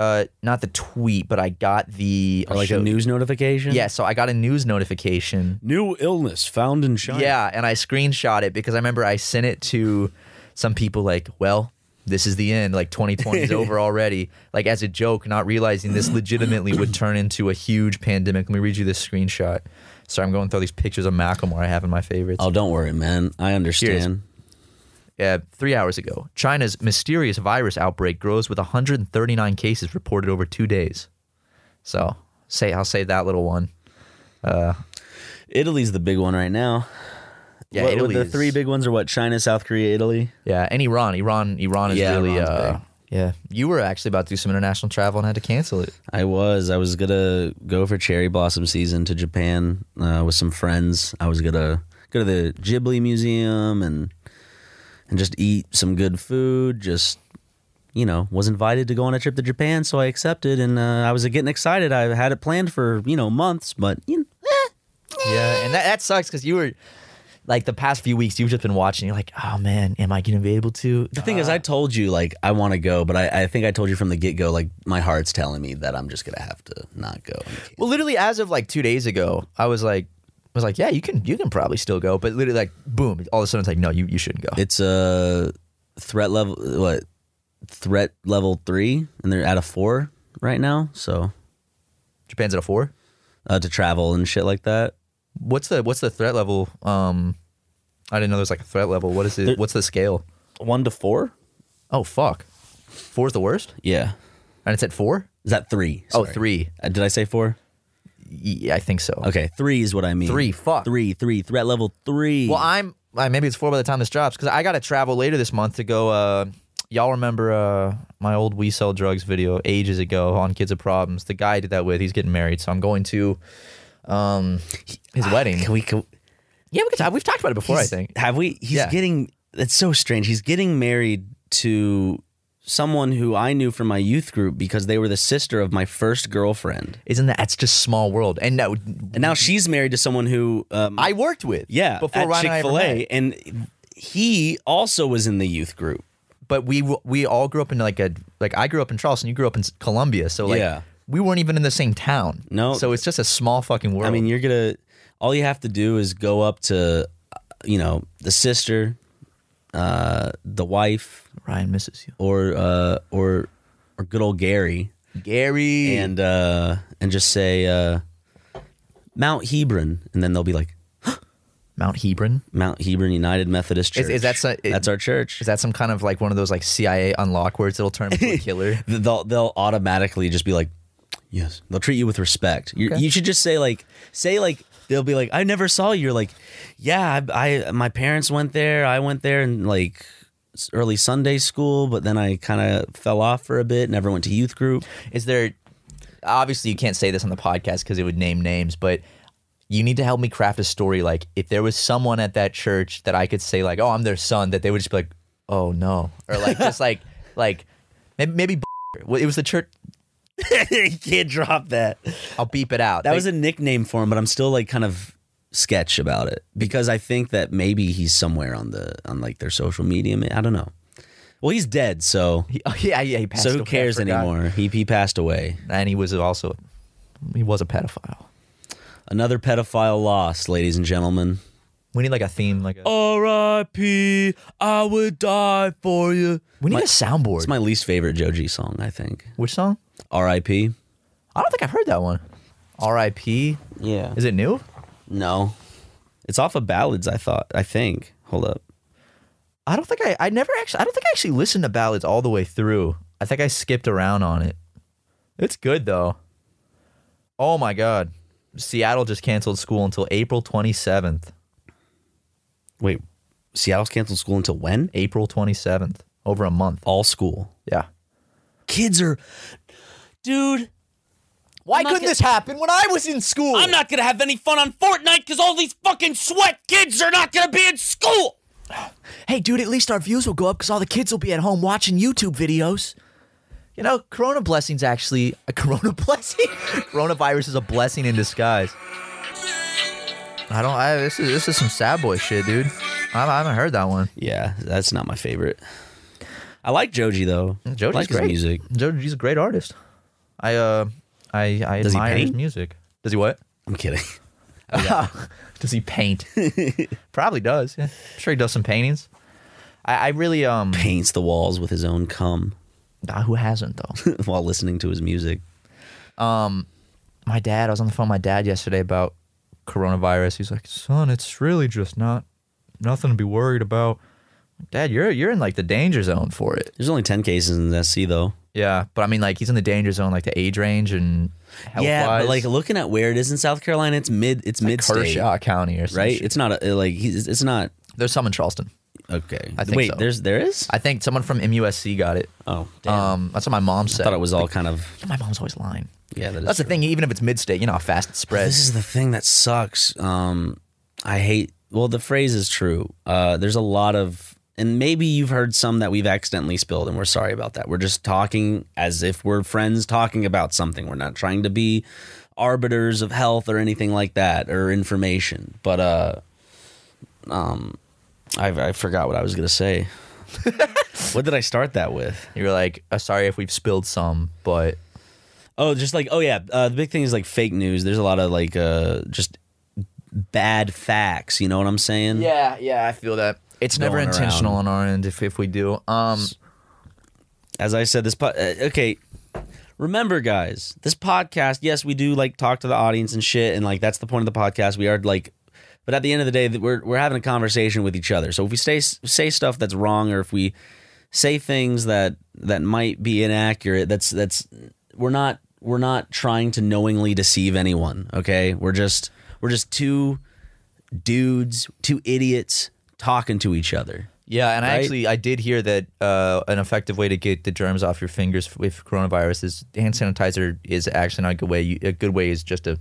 [SPEAKER 1] uh, not the tweet, but I got the
[SPEAKER 2] or like
[SPEAKER 1] I'll
[SPEAKER 2] a
[SPEAKER 1] show-
[SPEAKER 2] news notification.
[SPEAKER 1] Yeah, so I got a news notification.
[SPEAKER 2] new illness found in China.
[SPEAKER 1] Yeah, and I screenshot it because I remember I sent it to some people like, well, this is the end, like 2020 is over already, like as a joke, not realizing this legitimately would turn into a huge pandemic. Let me read you this screenshot. Sorry, I'm going through all these pictures of Macklemore I have in my favorites.
[SPEAKER 2] Oh, don't worry, man. I understand.
[SPEAKER 1] Uh, three hours ago, China's mysterious virus outbreak grows with 139 cases reported over two days. So, say I'll say that little one.
[SPEAKER 2] Italy's the big one right now.
[SPEAKER 1] Yeah,
[SPEAKER 2] What- what
[SPEAKER 1] Italy
[SPEAKER 2] the
[SPEAKER 1] is-
[SPEAKER 2] three big ones are what? China, South Korea, Italy.
[SPEAKER 1] Yeah, and Iran, Iran, Iran is
[SPEAKER 2] Yeah,
[SPEAKER 1] really.
[SPEAKER 2] Iran's
[SPEAKER 1] Uh,
[SPEAKER 2] big.
[SPEAKER 1] yeah, you were actually about to do some international travel and had to cancel it.
[SPEAKER 2] I was. I was gonna go for cherry blossom season to Japan uh, with some friends. I was gonna go to the Ghibli Museum and and just eat some good food. Just you know, was invited to go on a trip to Japan, so I accepted, and uh, I was getting excited. I had it planned for you know months, but you know, eh.
[SPEAKER 1] Yeah, and that, that sucks because you were like the past few weeks you've just been watching. You're like, oh man, am I gonna be able to?
[SPEAKER 2] The thing is, I told you like I want to go, but I, I think I told you from the get go like my heart's telling me that I'm just gonna have to not go.
[SPEAKER 1] Well, literally, as of like two days ago, I was like, I was like, yeah, you can, you can probably still go, but literally, like, boom, all of a sudden, it's like, no, you, you shouldn't go.
[SPEAKER 2] It's a threat level what threat level three, and they're at a four right now. So
[SPEAKER 1] Japan's at a four.
[SPEAKER 2] uh, to travel and shit like that.
[SPEAKER 1] What's the what's the threat level? Um, I didn't know there's like a threat level. What is it? What's the scale?
[SPEAKER 2] One to four.
[SPEAKER 1] Oh fuck, four's the worst,
[SPEAKER 2] Yeah.
[SPEAKER 1] and it's at four.
[SPEAKER 2] Is that three?
[SPEAKER 1] Oh,
[SPEAKER 2] Sorry.
[SPEAKER 1] three.
[SPEAKER 2] Uh, did I say four?
[SPEAKER 1] Yeah, I think so.
[SPEAKER 2] Okay, three is what I mean.
[SPEAKER 1] Three, fuck.
[SPEAKER 2] Three, three, threat level three.
[SPEAKER 1] Well, I'm uh, maybe it's four by the time this drops because I got to travel later this month to go. Uh, y'all remember uh, my old We Sell Drugs video ages ago on Kids of Problems? The guy I did that with. He's getting married, so I'm going to um, his wedding.
[SPEAKER 2] Ah, Can we? Can,
[SPEAKER 1] yeah, we could talk. We've talked about it before, I
[SPEAKER 2] he's-
[SPEAKER 1] think.
[SPEAKER 2] Have we? He's
[SPEAKER 1] Yeah.
[SPEAKER 2] getting. That's so strange. He's getting married to someone who I knew from my youth group because they were the sister of my first girlfriend,
[SPEAKER 1] Isn't that that's just small world? And no,
[SPEAKER 2] and now
[SPEAKER 1] Mm-hmm.
[SPEAKER 2] she's married to someone who um,
[SPEAKER 1] I worked with
[SPEAKER 2] yeah
[SPEAKER 1] before
[SPEAKER 2] at
[SPEAKER 1] Ryan and I
[SPEAKER 2] Chick
[SPEAKER 1] ever
[SPEAKER 2] Fil
[SPEAKER 1] met.
[SPEAKER 2] A, and he also was in the youth group.
[SPEAKER 1] but we w- we all grew up in like a like I grew up in Charleston, you grew up in S- Columbia, so like
[SPEAKER 2] Yeah.
[SPEAKER 1] we weren't even in the same town.
[SPEAKER 2] No.
[SPEAKER 1] so it's just a small fucking world.
[SPEAKER 2] I mean, you're gonna. All you have to do is go up to, uh, you know, the sister, uh, the wife,
[SPEAKER 1] Ryan misses you,
[SPEAKER 2] or uh, or or good old Gary,
[SPEAKER 1] Gary.
[SPEAKER 2] and uh, and just say uh, Mount Hebron, and then they'll be like
[SPEAKER 1] Mount Hebron.
[SPEAKER 2] Mount Hebron United Methodist Church.
[SPEAKER 1] Is- is that so- it-
[SPEAKER 2] that's our church?
[SPEAKER 1] Is that some kind of like one of those like CIA unlock words that'll turn into a killer?
[SPEAKER 2] they'll they'll automatically just be like, yes, they'll treat you with respect. You You should just say like, say like, they'll be like, I never saw you. You're like, yeah, I, I my parents went there, I went there, and like s- early Sunday school, but then I kind of fell off for a bit, never went to youth group.
[SPEAKER 1] Is there obviously you can't say this on the podcast because it would name names, but you need to help me craft a story. Like if there was someone at that church that I could say like, oh, I'm their son, that they would just be like, oh no, or like just like like maybe, maybe well, it was the church.
[SPEAKER 2] You Can't drop that.
[SPEAKER 1] I'll beep it out.
[SPEAKER 2] That
[SPEAKER 1] They-
[SPEAKER 2] was a nickname for him, but I'm still like kind of sketch about it because I think that maybe he's somewhere on the on like their social media. I don't know. Well, he's dead, so
[SPEAKER 1] He- oh, yeah, yeah. He passed
[SPEAKER 2] so who
[SPEAKER 1] away, I
[SPEAKER 2] cares
[SPEAKER 1] forgot.
[SPEAKER 2] anymore? He he passed away.
[SPEAKER 1] And he was also, he was a pedophile.
[SPEAKER 2] Another pedophile lost, ladies and gentlemen.
[SPEAKER 1] We need like a theme, like a,
[SPEAKER 2] R.I.P. I would die for you.
[SPEAKER 1] we need
[SPEAKER 2] my-
[SPEAKER 1] a soundboard.
[SPEAKER 2] It's my least favorite Joji song, I think.
[SPEAKER 1] Which song?
[SPEAKER 2] R.I.P.
[SPEAKER 1] I don't think I've heard that one. R.I.P.
[SPEAKER 2] Yeah.
[SPEAKER 1] Is it new?
[SPEAKER 2] No, it's off of ballads. I thought. I think. Hold up.
[SPEAKER 1] I don't think I. I never actually. I don't think I actually listened to ballads all the way through. I think I skipped around on it. It's good though. Oh my god, Seattle just canceled school until April twenty seventh.
[SPEAKER 2] Wait, Seattle's canceled school until when?
[SPEAKER 1] April twenty seventh. Over a month.
[SPEAKER 2] All school.
[SPEAKER 1] Yeah.
[SPEAKER 2] Kids are, dude.
[SPEAKER 1] Why couldn't this happen when I was in school?
[SPEAKER 2] I'm not gonna have any fun on Fortnite because all these fucking sweat kids are not gonna be in school.
[SPEAKER 1] Hey, dude, at least our views will go up because all the kids will be at home watching YouTube videos. You know, Corona blessing's actually a Corona blessing. Coronavirus is a blessing in disguise. I don't. I, this is this is some sad boy shit, dude. I, I haven't heard that one.
[SPEAKER 2] Yeah, that's not my favorite. I like Joji though.
[SPEAKER 1] Joji's
[SPEAKER 2] I like
[SPEAKER 1] great.
[SPEAKER 2] his music.
[SPEAKER 1] Joji's a great artist. I uh, I I
[SPEAKER 2] Does he
[SPEAKER 1] admire his
[SPEAKER 2] paint? Oh,
[SPEAKER 1] music. Does he what?
[SPEAKER 2] I'm kidding.
[SPEAKER 1] does he paint? Probably does. Yeah. I'm sure he does some paintings. I, I really um.
[SPEAKER 2] Paints the walls with his own cum
[SPEAKER 1] ah, Who hasn't though?
[SPEAKER 2] while listening to his music.
[SPEAKER 1] my dad, I was on the phone with my dad yesterday about coronavirus. He's like, son, it's really just not nothing to be worried about. Dad, you're you're in like the danger zone for it.
[SPEAKER 2] There's only ten cases in SC though.
[SPEAKER 1] Yeah, but I mean, like he's in the danger zone, like the age range and health
[SPEAKER 2] yeah,
[SPEAKER 1] wise.
[SPEAKER 2] but like looking at where it is in South Carolina, it's mid. It's mid state,
[SPEAKER 1] Kershaw County or something.
[SPEAKER 2] right? It's not a, like he's, it's not
[SPEAKER 1] There's some in Charleston.
[SPEAKER 2] okay.
[SPEAKER 1] I think
[SPEAKER 2] Wait,
[SPEAKER 1] so.
[SPEAKER 2] there's there is.
[SPEAKER 1] I think someone from MUSC got it.
[SPEAKER 2] oh, damn.
[SPEAKER 1] Um, that's what my mom said.
[SPEAKER 2] I thought it was all kind of
[SPEAKER 1] My mom's always lying.
[SPEAKER 2] yeah. That is
[SPEAKER 1] That's the
[SPEAKER 2] true.
[SPEAKER 1] thing. Even if it's mid-state, you know how fast it spreads.
[SPEAKER 2] This is the thing that sucks. Um, I hate. Well, the phrase is true. Uh, there's a lot of, and maybe you've heard some that we've accidentally spilled, and we're sorry about that. We're just talking as if we're friends talking about something. We're not trying to be arbiters of health or anything like that or information. But uh, um, I, I forgot what I was gonna say. what did I start that with?
[SPEAKER 1] You were like, uh, sorry if we've spilled some, but
[SPEAKER 2] Oh, just like oh yeah, uh, the big thing is like fake news. There's a lot of like uh, just bad facts. You know what I'm saying?
[SPEAKER 1] yeah, yeah, I feel that it's never
[SPEAKER 2] Going
[SPEAKER 1] intentional
[SPEAKER 2] around.
[SPEAKER 1] on our end. If if we do, um,
[SPEAKER 2] as I said, this po- uh, okay. Remember, guys, this podcast. Yes, we do like talk to the audience and shit, and like that's the point of the podcast. We are like, but at the end of the day, that we're we're having a conversation with each other. So if we say say stuff that's wrong, or if we say things that that might be inaccurate, that's that's we're not we're not trying to knowingly deceive anyone. Okay, we're just we're just two dudes, two idiots talking to each other.
[SPEAKER 1] Yeah, and I
[SPEAKER 2] Right?
[SPEAKER 1] actually I did hear that uh, an effective way to get the germs off your fingers f- with coronavirus is hand sanitizer is actually not a good way. You, a good way is just to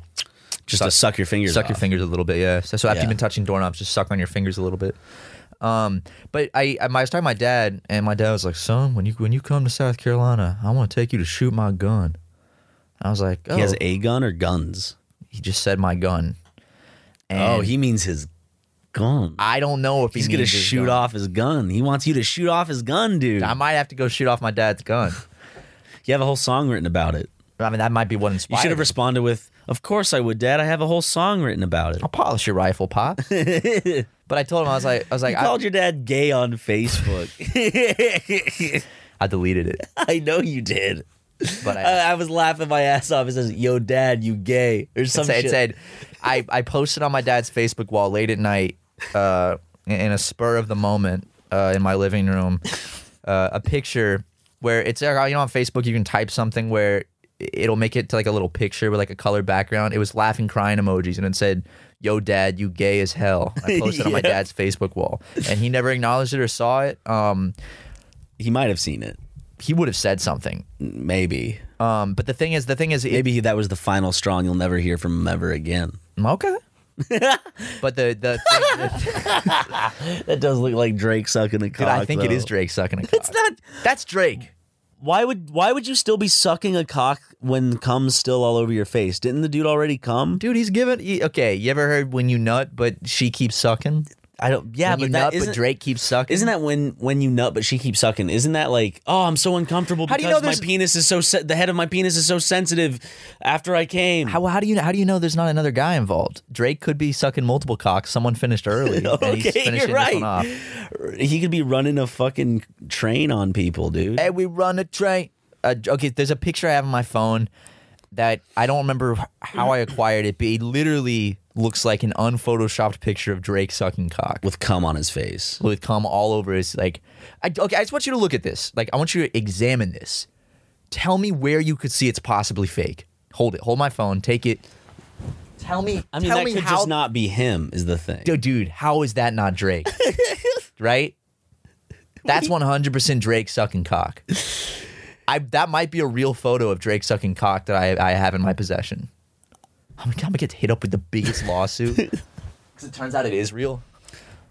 [SPEAKER 2] Just to suck your fingers.
[SPEAKER 1] suck your
[SPEAKER 2] off.
[SPEAKER 1] fingers a little bit. Yeah. So, so after
[SPEAKER 2] Yeah.
[SPEAKER 1] you've been touching doorknobs, just suck on your fingers a little bit. Um, but I, I, I was talking to my dad, and my dad was like, "Son, when you when you come to South Carolina, I want to take you to shoot my gun." I was like, "Oh."
[SPEAKER 2] He has a gun or guns.
[SPEAKER 1] he just said my gun.
[SPEAKER 2] oh,
[SPEAKER 1] And
[SPEAKER 2] he means his gun.
[SPEAKER 1] I don't know if he
[SPEAKER 2] He's gonna
[SPEAKER 1] means his
[SPEAKER 2] shoot
[SPEAKER 1] gun.
[SPEAKER 2] off his gun. He wants you to shoot off his gun, dude.
[SPEAKER 1] I might have to go shoot off my dad's gun.
[SPEAKER 2] you have a whole song written about it.
[SPEAKER 1] I mean, that might be what
[SPEAKER 2] You
[SPEAKER 1] inspired.
[SPEAKER 2] should have
[SPEAKER 1] him.
[SPEAKER 2] responded with, "Of course I would, Dad. I have a whole song written about it."
[SPEAKER 1] I'll polish your rifle, pop. but I told him I was like, I was like,
[SPEAKER 2] You
[SPEAKER 1] I,
[SPEAKER 2] called your dad gay on Facebook.
[SPEAKER 1] I deleted it.
[SPEAKER 2] I know you did.
[SPEAKER 1] But I,
[SPEAKER 2] I, I was laughing my ass off. It says, "Yo, Dad, you gay?" or
[SPEAKER 1] it,
[SPEAKER 2] some
[SPEAKER 1] said,
[SPEAKER 2] shit.
[SPEAKER 1] it said, I I posted on my dad's Facebook wall late at night, uh, in in a spur of the moment, uh, in my living room, uh, a picture where it's like, you know on Facebook you can type something where it'll make it to like a little picture with like a colored background. It was laughing, crying emojis, and it said. Yo, dad, you gay as hell. I posted on my
[SPEAKER 2] Yeah.
[SPEAKER 1] dad's Facebook wall, and he never acknowledged it or saw it. Um,
[SPEAKER 2] he might have seen it.
[SPEAKER 1] he would have said something.
[SPEAKER 2] Maybe,
[SPEAKER 1] Um, but the thing is, the thing is, it-
[SPEAKER 2] maybe that was the final straw, and you'll never hear from him ever again.
[SPEAKER 1] Okay. but the the, thing, the
[SPEAKER 2] That does look like Drake sucking a cock.
[SPEAKER 1] dude, I think it
[SPEAKER 2] though.
[SPEAKER 1] is Drake sucking a cock. It's
[SPEAKER 2] not-
[SPEAKER 1] That's Drake.
[SPEAKER 2] why would why would you still be sucking a cock when cum's still all over your face? Didn't the dude already come?
[SPEAKER 1] Dude, he's giving. He, okay, you ever heard when you nut, but she keeps sucking?
[SPEAKER 2] I don't. Yeah,
[SPEAKER 1] When you
[SPEAKER 2] but
[SPEAKER 1] nut,
[SPEAKER 2] that isn't.
[SPEAKER 1] but Drake keeps sucking.
[SPEAKER 2] isn't that when when you nut but she keeps sucking? Isn't that like oh I'm so uncomfortable
[SPEAKER 1] How
[SPEAKER 2] because
[SPEAKER 1] do you know
[SPEAKER 2] my
[SPEAKER 1] there's-
[SPEAKER 2] penis is so se- the head of my penis is so sensitive after I came.
[SPEAKER 1] How, how do you how do you know there's not another guy involved? Drake could be sucking multiple cocks. Someone finished early. and he's
[SPEAKER 2] Okay,
[SPEAKER 1] finishing
[SPEAKER 2] you're
[SPEAKER 1] This
[SPEAKER 2] right.
[SPEAKER 1] one off.
[SPEAKER 2] he could be running a fucking train on people, dude.
[SPEAKER 1] Hey, we run a train. Uh, okay, there's a picture I have on my phone that I don't remember how I acquired it, but it literally looks like an unphotoshopped picture of Drake sucking cock.
[SPEAKER 2] With cum on his face.
[SPEAKER 1] with cum all over is like I, okay i just want you to look at this like i want you to examine this tell me where you could see it's possibly fake hold it hold my phone take it tell me
[SPEAKER 2] I mean,
[SPEAKER 1] tell
[SPEAKER 2] that
[SPEAKER 1] me
[SPEAKER 2] could
[SPEAKER 1] how
[SPEAKER 2] just not be him, is the thing.
[SPEAKER 1] Dude, dude how is that not drake right that's 100% drake sucking cock I, that might be a real photo of drake sucking cock that i, I have in my possession I'm, I'm gonna get hit up with the biggest lawsuit because it turns out it is real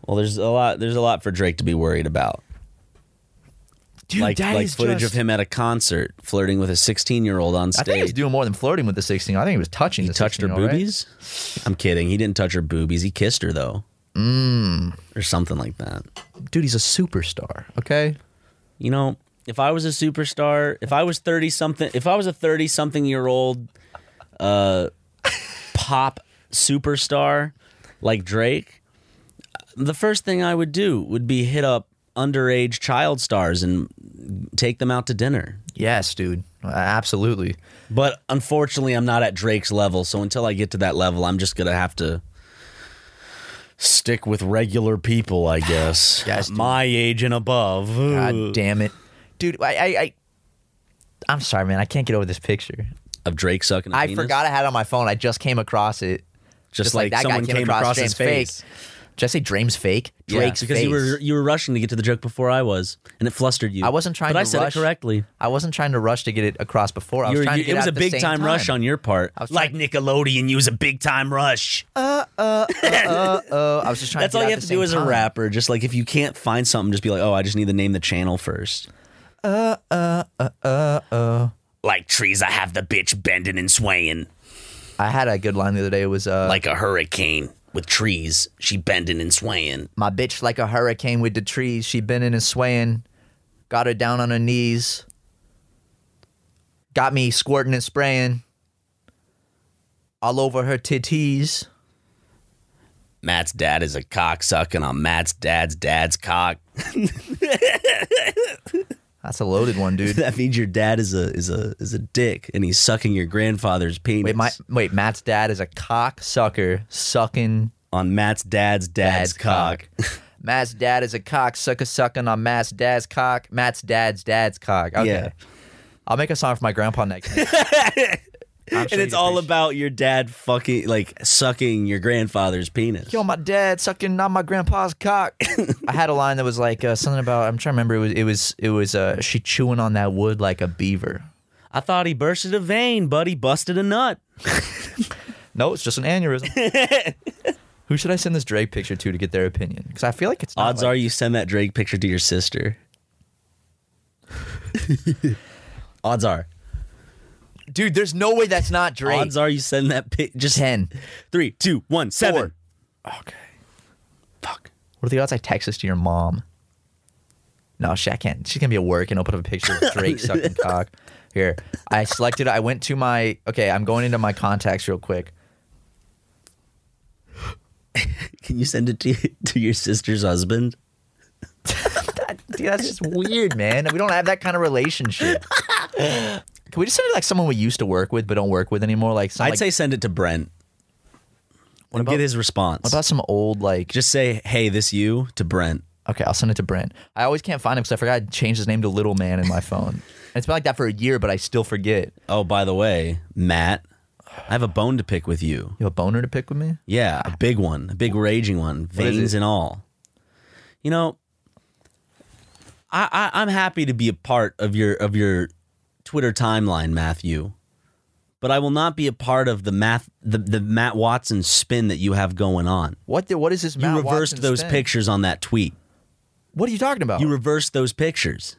[SPEAKER 2] Well, there's a lot. There's a lot for Drake to be worried about.
[SPEAKER 1] dude
[SPEAKER 2] like
[SPEAKER 1] that
[SPEAKER 2] like
[SPEAKER 1] is
[SPEAKER 2] footage
[SPEAKER 1] just-
[SPEAKER 2] of him at a concert flirting with a 16 year old on
[SPEAKER 1] I
[SPEAKER 2] stage.
[SPEAKER 1] think he was doing more than flirting with the 16. I think he was touching.
[SPEAKER 2] he
[SPEAKER 1] the
[SPEAKER 2] touched her
[SPEAKER 1] 16-year-old, right?
[SPEAKER 2] boobies. I'm kidding. He didn't touch her boobies. He kissed her though, mm. or something like that.
[SPEAKER 1] Dude, he's a superstar. Okay.
[SPEAKER 2] You know, if I was a superstar, if I was 30 something, if I was a 30 something year old, uh, pop superstar like Drake, the first thing I would do would be hit up underage child stars and take them out to dinner.
[SPEAKER 1] Yes, dude. Uh, Absolutely.
[SPEAKER 2] But unfortunately, I'm not at Drake's level. So until I get to that level, I'm just going to have to stick with regular people, I guess.
[SPEAKER 1] Yes, dude.
[SPEAKER 2] My age and above.
[SPEAKER 1] God damn it, dude. I, I, I, I'm sorry, man. I can't get over this picture.
[SPEAKER 2] Of Drake sucking a
[SPEAKER 1] I
[SPEAKER 2] penis?
[SPEAKER 1] forgot I had it on my phone. I just came across it.
[SPEAKER 2] Just, like, someone came across, his face.
[SPEAKER 1] Did I say Dream's fake?
[SPEAKER 2] Yeah,
[SPEAKER 1] Drake's
[SPEAKER 2] because
[SPEAKER 1] face.
[SPEAKER 2] you were you were rushing to get to the joke before I was, and it flustered you.
[SPEAKER 1] I wasn't trying
[SPEAKER 2] but
[SPEAKER 1] to
[SPEAKER 2] I said
[SPEAKER 1] rush.
[SPEAKER 2] it correctly.
[SPEAKER 1] I wasn't trying to rush to get it across before. I was
[SPEAKER 2] You were-
[SPEAKER 1] trying
[SPEAKER 2] you-
[SPEAKER 1] to get
[SPEAKER 2] it was
[SPEAKER 1] out
[SPEAKER 2] a
[SPEAKER 1] at the
[SPEAKER 2] big
[SPEAKER 1] same
[SPEAKER 2] time, rush on your part,
[SPEAKER 1] was
[SPEAKER 2] like Nickelodeon. You was a big time rush.
[SPEAKER 1] Oh, I was just trying.
[SPEAKER 2] That's
[SPEAKER 1] to
[SPEAKER 2] all
[SPEAKER 1] get
[SPEAKER 2] you
[SPEAKER 1] out at
[SPEAKER 2] have
[SPEAKER 1] the
[SPEAKER 2] to do
[SPEAKER 1] same
[SPEAKER 2] as a
[SPEAKER 1] time.
[SPEAKER 2] rapper. Just like if you can't find something, just be like, oh, I just need to name the channel first. Uh, uh, uh, uh, uh. Like trees, I have the bitch bending and swaying
[SPEAKER 1] I had a good line the other day. It was uh,
[SPEAKER 2] like a hurricane. with trees. She bending and swaying.
[SPEAKER 1] My bitch like a hurricane with the trees. She bending and swaying. Got her down on her knees. Got me squirting and spraying. All over her titties.
[SPEAKER 2] Matt's dad is a cock sucking on Matt's dad's dad's cock.
[SPEAKER 1] That's a loaded one, dude.
[SPEAKER 2] that means your dad is a is a is a dick, and he's sucking your grandfather's penis
[SPEAKER 1] Wait, my wait, Matt's dad is a cock sucker sucking
[SPEAKER 2] on Matt's dad's dad's,
[SPEAKER 1] dad's
[SPEAKER 2] cock.
[SPEAKER 1] cock. Matt's dad is a cock sucker sucking on Matt's dad's cock. Matt's dad's dad's cock. Okay.
[SPEAKER 2] Yeah.
[SPEAKER 1] I'll make a song for my grandpa next. time. I'm sure
[SPEAKER 2] and it's
[SPEAKER 1] he'd
[SPEAKER 2] all
[SPEAKER 1] appreciate-
[SPEAKER 2] about your dad fucking like sucking your grandfather's penis.
[SPEAKER 1] Yo, my dad sucking on my grandpa's cock. I had a line that was like uh, something about I'm trying to remember. It was it was it was uh, she chewing on that wood like a beaver.
[SPEAKER 2] I thought he bursted a vein, but he busted a nut.
[SPEAKER 1] No, it's just an aneurysm. Who should I send this Drake picture to to get their opinion? Because I feel like it's not
[SPEAKER 2] Odds
[SPEAKER 1] like-
[SPEAKER 2] are you send that Drake picture to your sister. Odds are.
[SPEAKER 1] dude. There's no way that's not Drake.
[SPEAKER 2] Odds are you send that pic. Just
[SPEAKER 1] ten.
[SPEAKER 2] three, two, one, seven.
[SPEAKER 1] Four. What are the odds I text this to your mom? No, she I can't. She's gonna be at work and open up a picture of Drake sucking cock. Here, I selected. I went to my. Okay, I'm going into my contacts real quick.
[SPEAKER 2] Can you send it to to your sister's husband?
[SPEAKER 1] Dude, that's just weird, man. We don't have that kind of relationship. Can we just send it like someone we used to work with but don't work with anymore? Like, some,
[SPEAKER 2] I'd
[SPEAKER 1] like
[SPEAKER 2] say send it to Brent. and
[SPEAKER 1] about-
[SPEAKER 2] get his response.
[SPEAKER 1] what about some old like. Just
[SPEAKER 2] Just say, "Hey, this you" to Brent.
[SPEAKER 1] okay, I'll send it to Brent. I always can't find him because I forgot I changed his name to Little Man in my phone. And it's been like that for a year, but I still forget.
[SPEAKER 2] Oh, by the way, Matt, I have a bone to pick with you.
[SPEAKER 1] You have a boner to pick with me?
[SPEAKER 2] Yeah, a big one, a big raging one,
[SPEAKER 1] is
[SPEAKER 2] veins
[SPEAKER 1] it?
[SPEAKER 2] and all. You know, I, I I'm happy to be a part of your of your Twitter timeline, Matthew, but I will not be a part of the math the, the Matt Watson spin that you have going on.
[SPEAKER 1] What? The, what is this?
[SPEAKER 2] You
[SPEAKER 1] Matt
[SPEAKER 2] reversed
[SPEAKER 1] Watson
[SPEAKER 2] those
[SPEAKER 1] spin? Oh.
[SPEAKER 2] pictures on that tweet.
[SPEAKER 1] What are you talking about?
[SPEAKER 2] You reversed those pictures.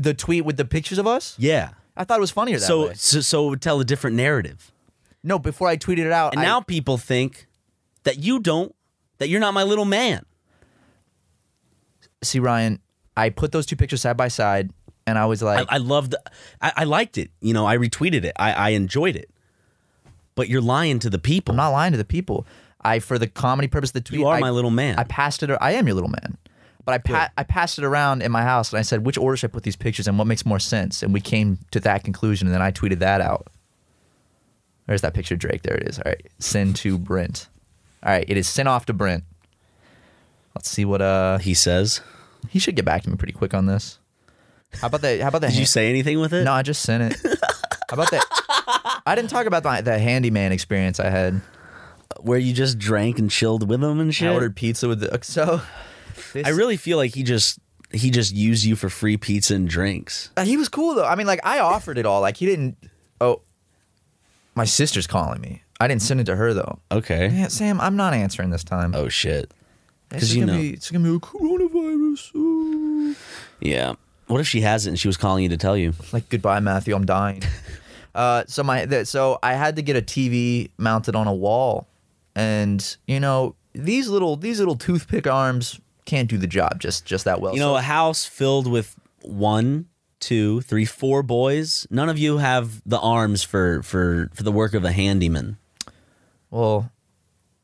[SPEAKER 1] the tweet with the pictures of us?
[SPEAKER 2] Yeah.
[SPEAKER 1] I thought it was funnier that
[SPEAKER 2] So,
[SPEAKER 1] way.
[SPEAKER 2] so so it would tell a different narrative.
[SPEAKER 1] No, before I tweeted it out,
[SPEAKER 2] And
[SPEAKER 1] I-
[SPEAKER 2] now people think that you don't that you're not my little man.
[SPEAKER 1] see Ryan, I put those two pictures side by side, and I was
[SPEAKER 2] I,
[SPEAKER 1] like,
[SPEAKER 2] I loved I, I liked it. You know, I retweeted it. I, I enjoyed it. But you're lying to the people.
[SPEAKER 1] I'm not lying to the people. I, for the comedy purpose of the tweet,
[SPEAKER 2] you are
[SPEAKER 1] I,
[SPEAKER 2] my little man.
[SPEAKER 1] I passed it. I am your little man, but I pa- I passed it around in my house, and I said, which order should I put these pictures, and what makes more sense? And we came to that conclusion, and then I tweeted that out. There's that picture, of Drake. There it is. All right, send to Brent. All right, it is sent off to Brent. Let's see what uh
[SPEAKER 2] he says.
[SPEAKER 1] he should get back to me pretty quick on this. How about the how about the
[SPEAKER 2] Did you
[SPEAKER 1] hand-
[SPEAKER 2] say anything with it?
[SPEAKER 1] No, I just sent it. How about that? I didn't talk about the, the handyman experience I had.
[SPEAKER 2] Where you just drank and chilled with him and shit.
[SPEAKER 1] I ordered pizza with the so. This,
[SPEAKER 2] I really feel like he just he just used you for free pizza and drinks.
[SPEAKER 1] uh, he was cool though. I mean, like I offered it all. Like he didn't. Oh, my sister's calling me. I didn't send it to her though.
[SPEAKER 2] Okay.
[SPEAKER 1] Yeah, Sam, I'm not answering this time.
[SPEAKER 2] Oh shit.
[SPEAKER 1] This
[SPEAKER 2] 'cause
[SPEAKER 1] is
[SPEAKER 2] you
[SPEAKER 1] gonna
[SPEAKER 2] know.
[SPEAKER 1] be, it's gonna be a coronavirus. Ooh.
[SPEAKER 2] Yeah. What if she hasn't and she was calling you to tell you?
[SPEAKER 1] like goodbye matthew i'm dying uh, so my th- so i had to get a tv mounted on a wall and you know these little these little toothpick arms can't do the job just just that well
[SPEAKER 2] You know,
[SPEAKER 1] So-
[SPEAKER 2] a house filled with one, two, three, four boys. None of you have the arms for for for the work of a handyman
[SPEAKER 1] well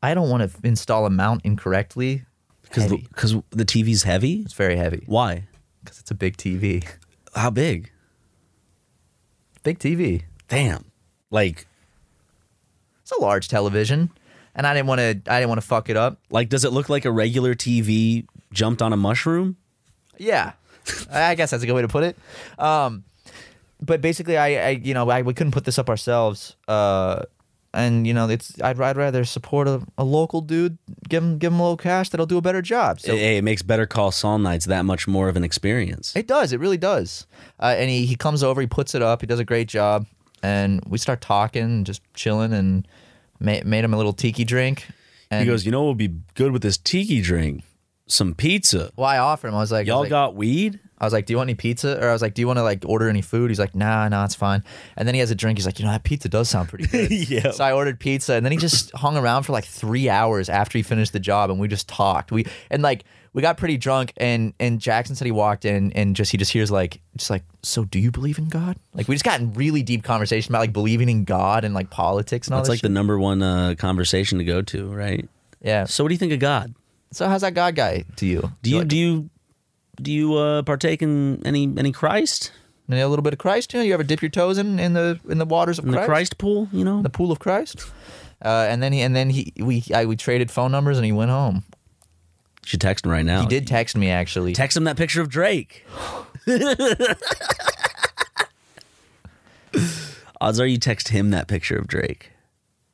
[SPEAKER 1] i don't want to install a mount incorrectly
[SPEAKER 2] because the,
[SPEAKER 1] Heavy.
[SPEAKER 2] 'cause the TV's heavy.
[SPEAKER 1] it's very heavy
[SPEAKER 2] Why?
[SPEAKER 1] because it's a big tv
[SPEAKER 2] How big?
[SPEAKER 1] big tv
[SPEAKER 2] Damn. Like
[SPEAKER 1] it's a large television and i didn't want to i didn't want to fuck it up
[SPEAKER 2] like does it look like a regular TV jumped on a mushroom?
[SPEAKER 1] Yeah, I guess that's a good way to put it. Um, but basically, I, I you know, I, we couldn't put this up ourselves. Uh, and you know, it's I'd, I'd rather support a, a local dude, give him give him a little cash that'll do a better job. So it,
[SPEAKER 2] hey, it makes Better Call Saul nights that much more of an experience.
[SPEAKER 1] does, it really does. Uh, and he he comes over, he puts it up, he does a great job, and we start talking, just chilling, and ma- made him a little tiki drink. And
[SPEAKER 2] he goes, you know, what would be good with this tiki drink some pizza.
[SPEAKER 1] Well, I offered him. I was like,
[SPEAKER 2] Y'all
[SPEAKER 1] I was like,
[SPEAKER 2] got weed?
[SPEAKER 1] I was like, do you want any pizza? Or I was like, do you want to like order any food? He's like, nah, nah, it's fine. And then he has a drink. He's like, you know, that pizza does sound pretty good.
[SPEAKER 2] Yeah.
[SPEAKER 1] So I ordered pizza, and then he just hung around for like three hours after he finished the job, and we just talked. We and like we got pretty drunk, and and Jackson said he walked in, and just he just hears like just like, so do you believe in God? Like we just got in really deep conversation about like believing in God and like politics and all
[SPEAKER 2] That's
[SPEAKER 1] that
[SPEAKER 2] like the
[SPEAKER 1] shit.
[SPEAKER 2] number one uh, conversation to go to, right?
[SPEAKER 1] yeah.
[SPEAKER 2] So what do you think of God?
[SPEAKER 1] So how's that God guy to you?
[SPEAKER 2] Do you do you do you uh, partake in any any Christ
[SPEAKER 1] you know, a little bit of Christ? You know, you ever dip your toes in in the in the waters of
[SPEAKER 2] in the Christ pool? You know,
[SPEAKER 1] the pool of Christ. Uh, and then he, and then he, we, I, we traded phone numbers, and he went home.
[SPEAKER 2] you should text him right now.
[SPEAKER 1] He did text me actually.
[SPEAKER 2] text him that picture of Drake. Odds are you text him that picture of Drake.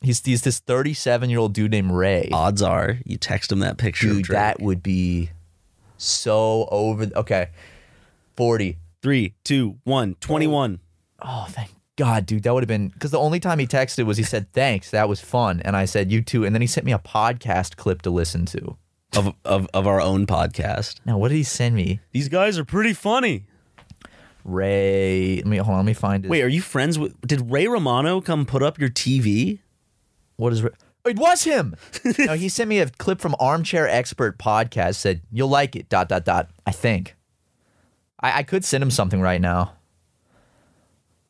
[SPEAKER 1] he's, he's this 37 year old dude named Ray.
[SPEAKER 2] Odds are you text him that picture of
[SPEAKER 1] dude,
[SPEAKER 2] Drake.
[SPEAKER 1] that would be so over. th- Okay, 40.
[SPEAKER 2] Three, two, one, 21.
[SPEAKER 1] Oh, thank God, dude. That would have been because the only time he texted was he said thanks, that was fun, and I said you too, and then he sent me a podcast clip to listen to.
[SPEAKER 2] Of, of of our own podcast.
[SPEAKER 1] Now, what did he send me?
[SPEAKER 2] These guys are pretty funny.
[SPEAKER 1] Ray, let me hold on. Let me find. His,
[SPEAKER 2] Wait, are you friends with? Did Ray Romano come put up your TV?
[SPEAKER 1] What is it? It was him. no, he sent me a clip from Armchair Expert podcast. Said you'll like it. Dot dot dot. I think. I, I could send him something right now.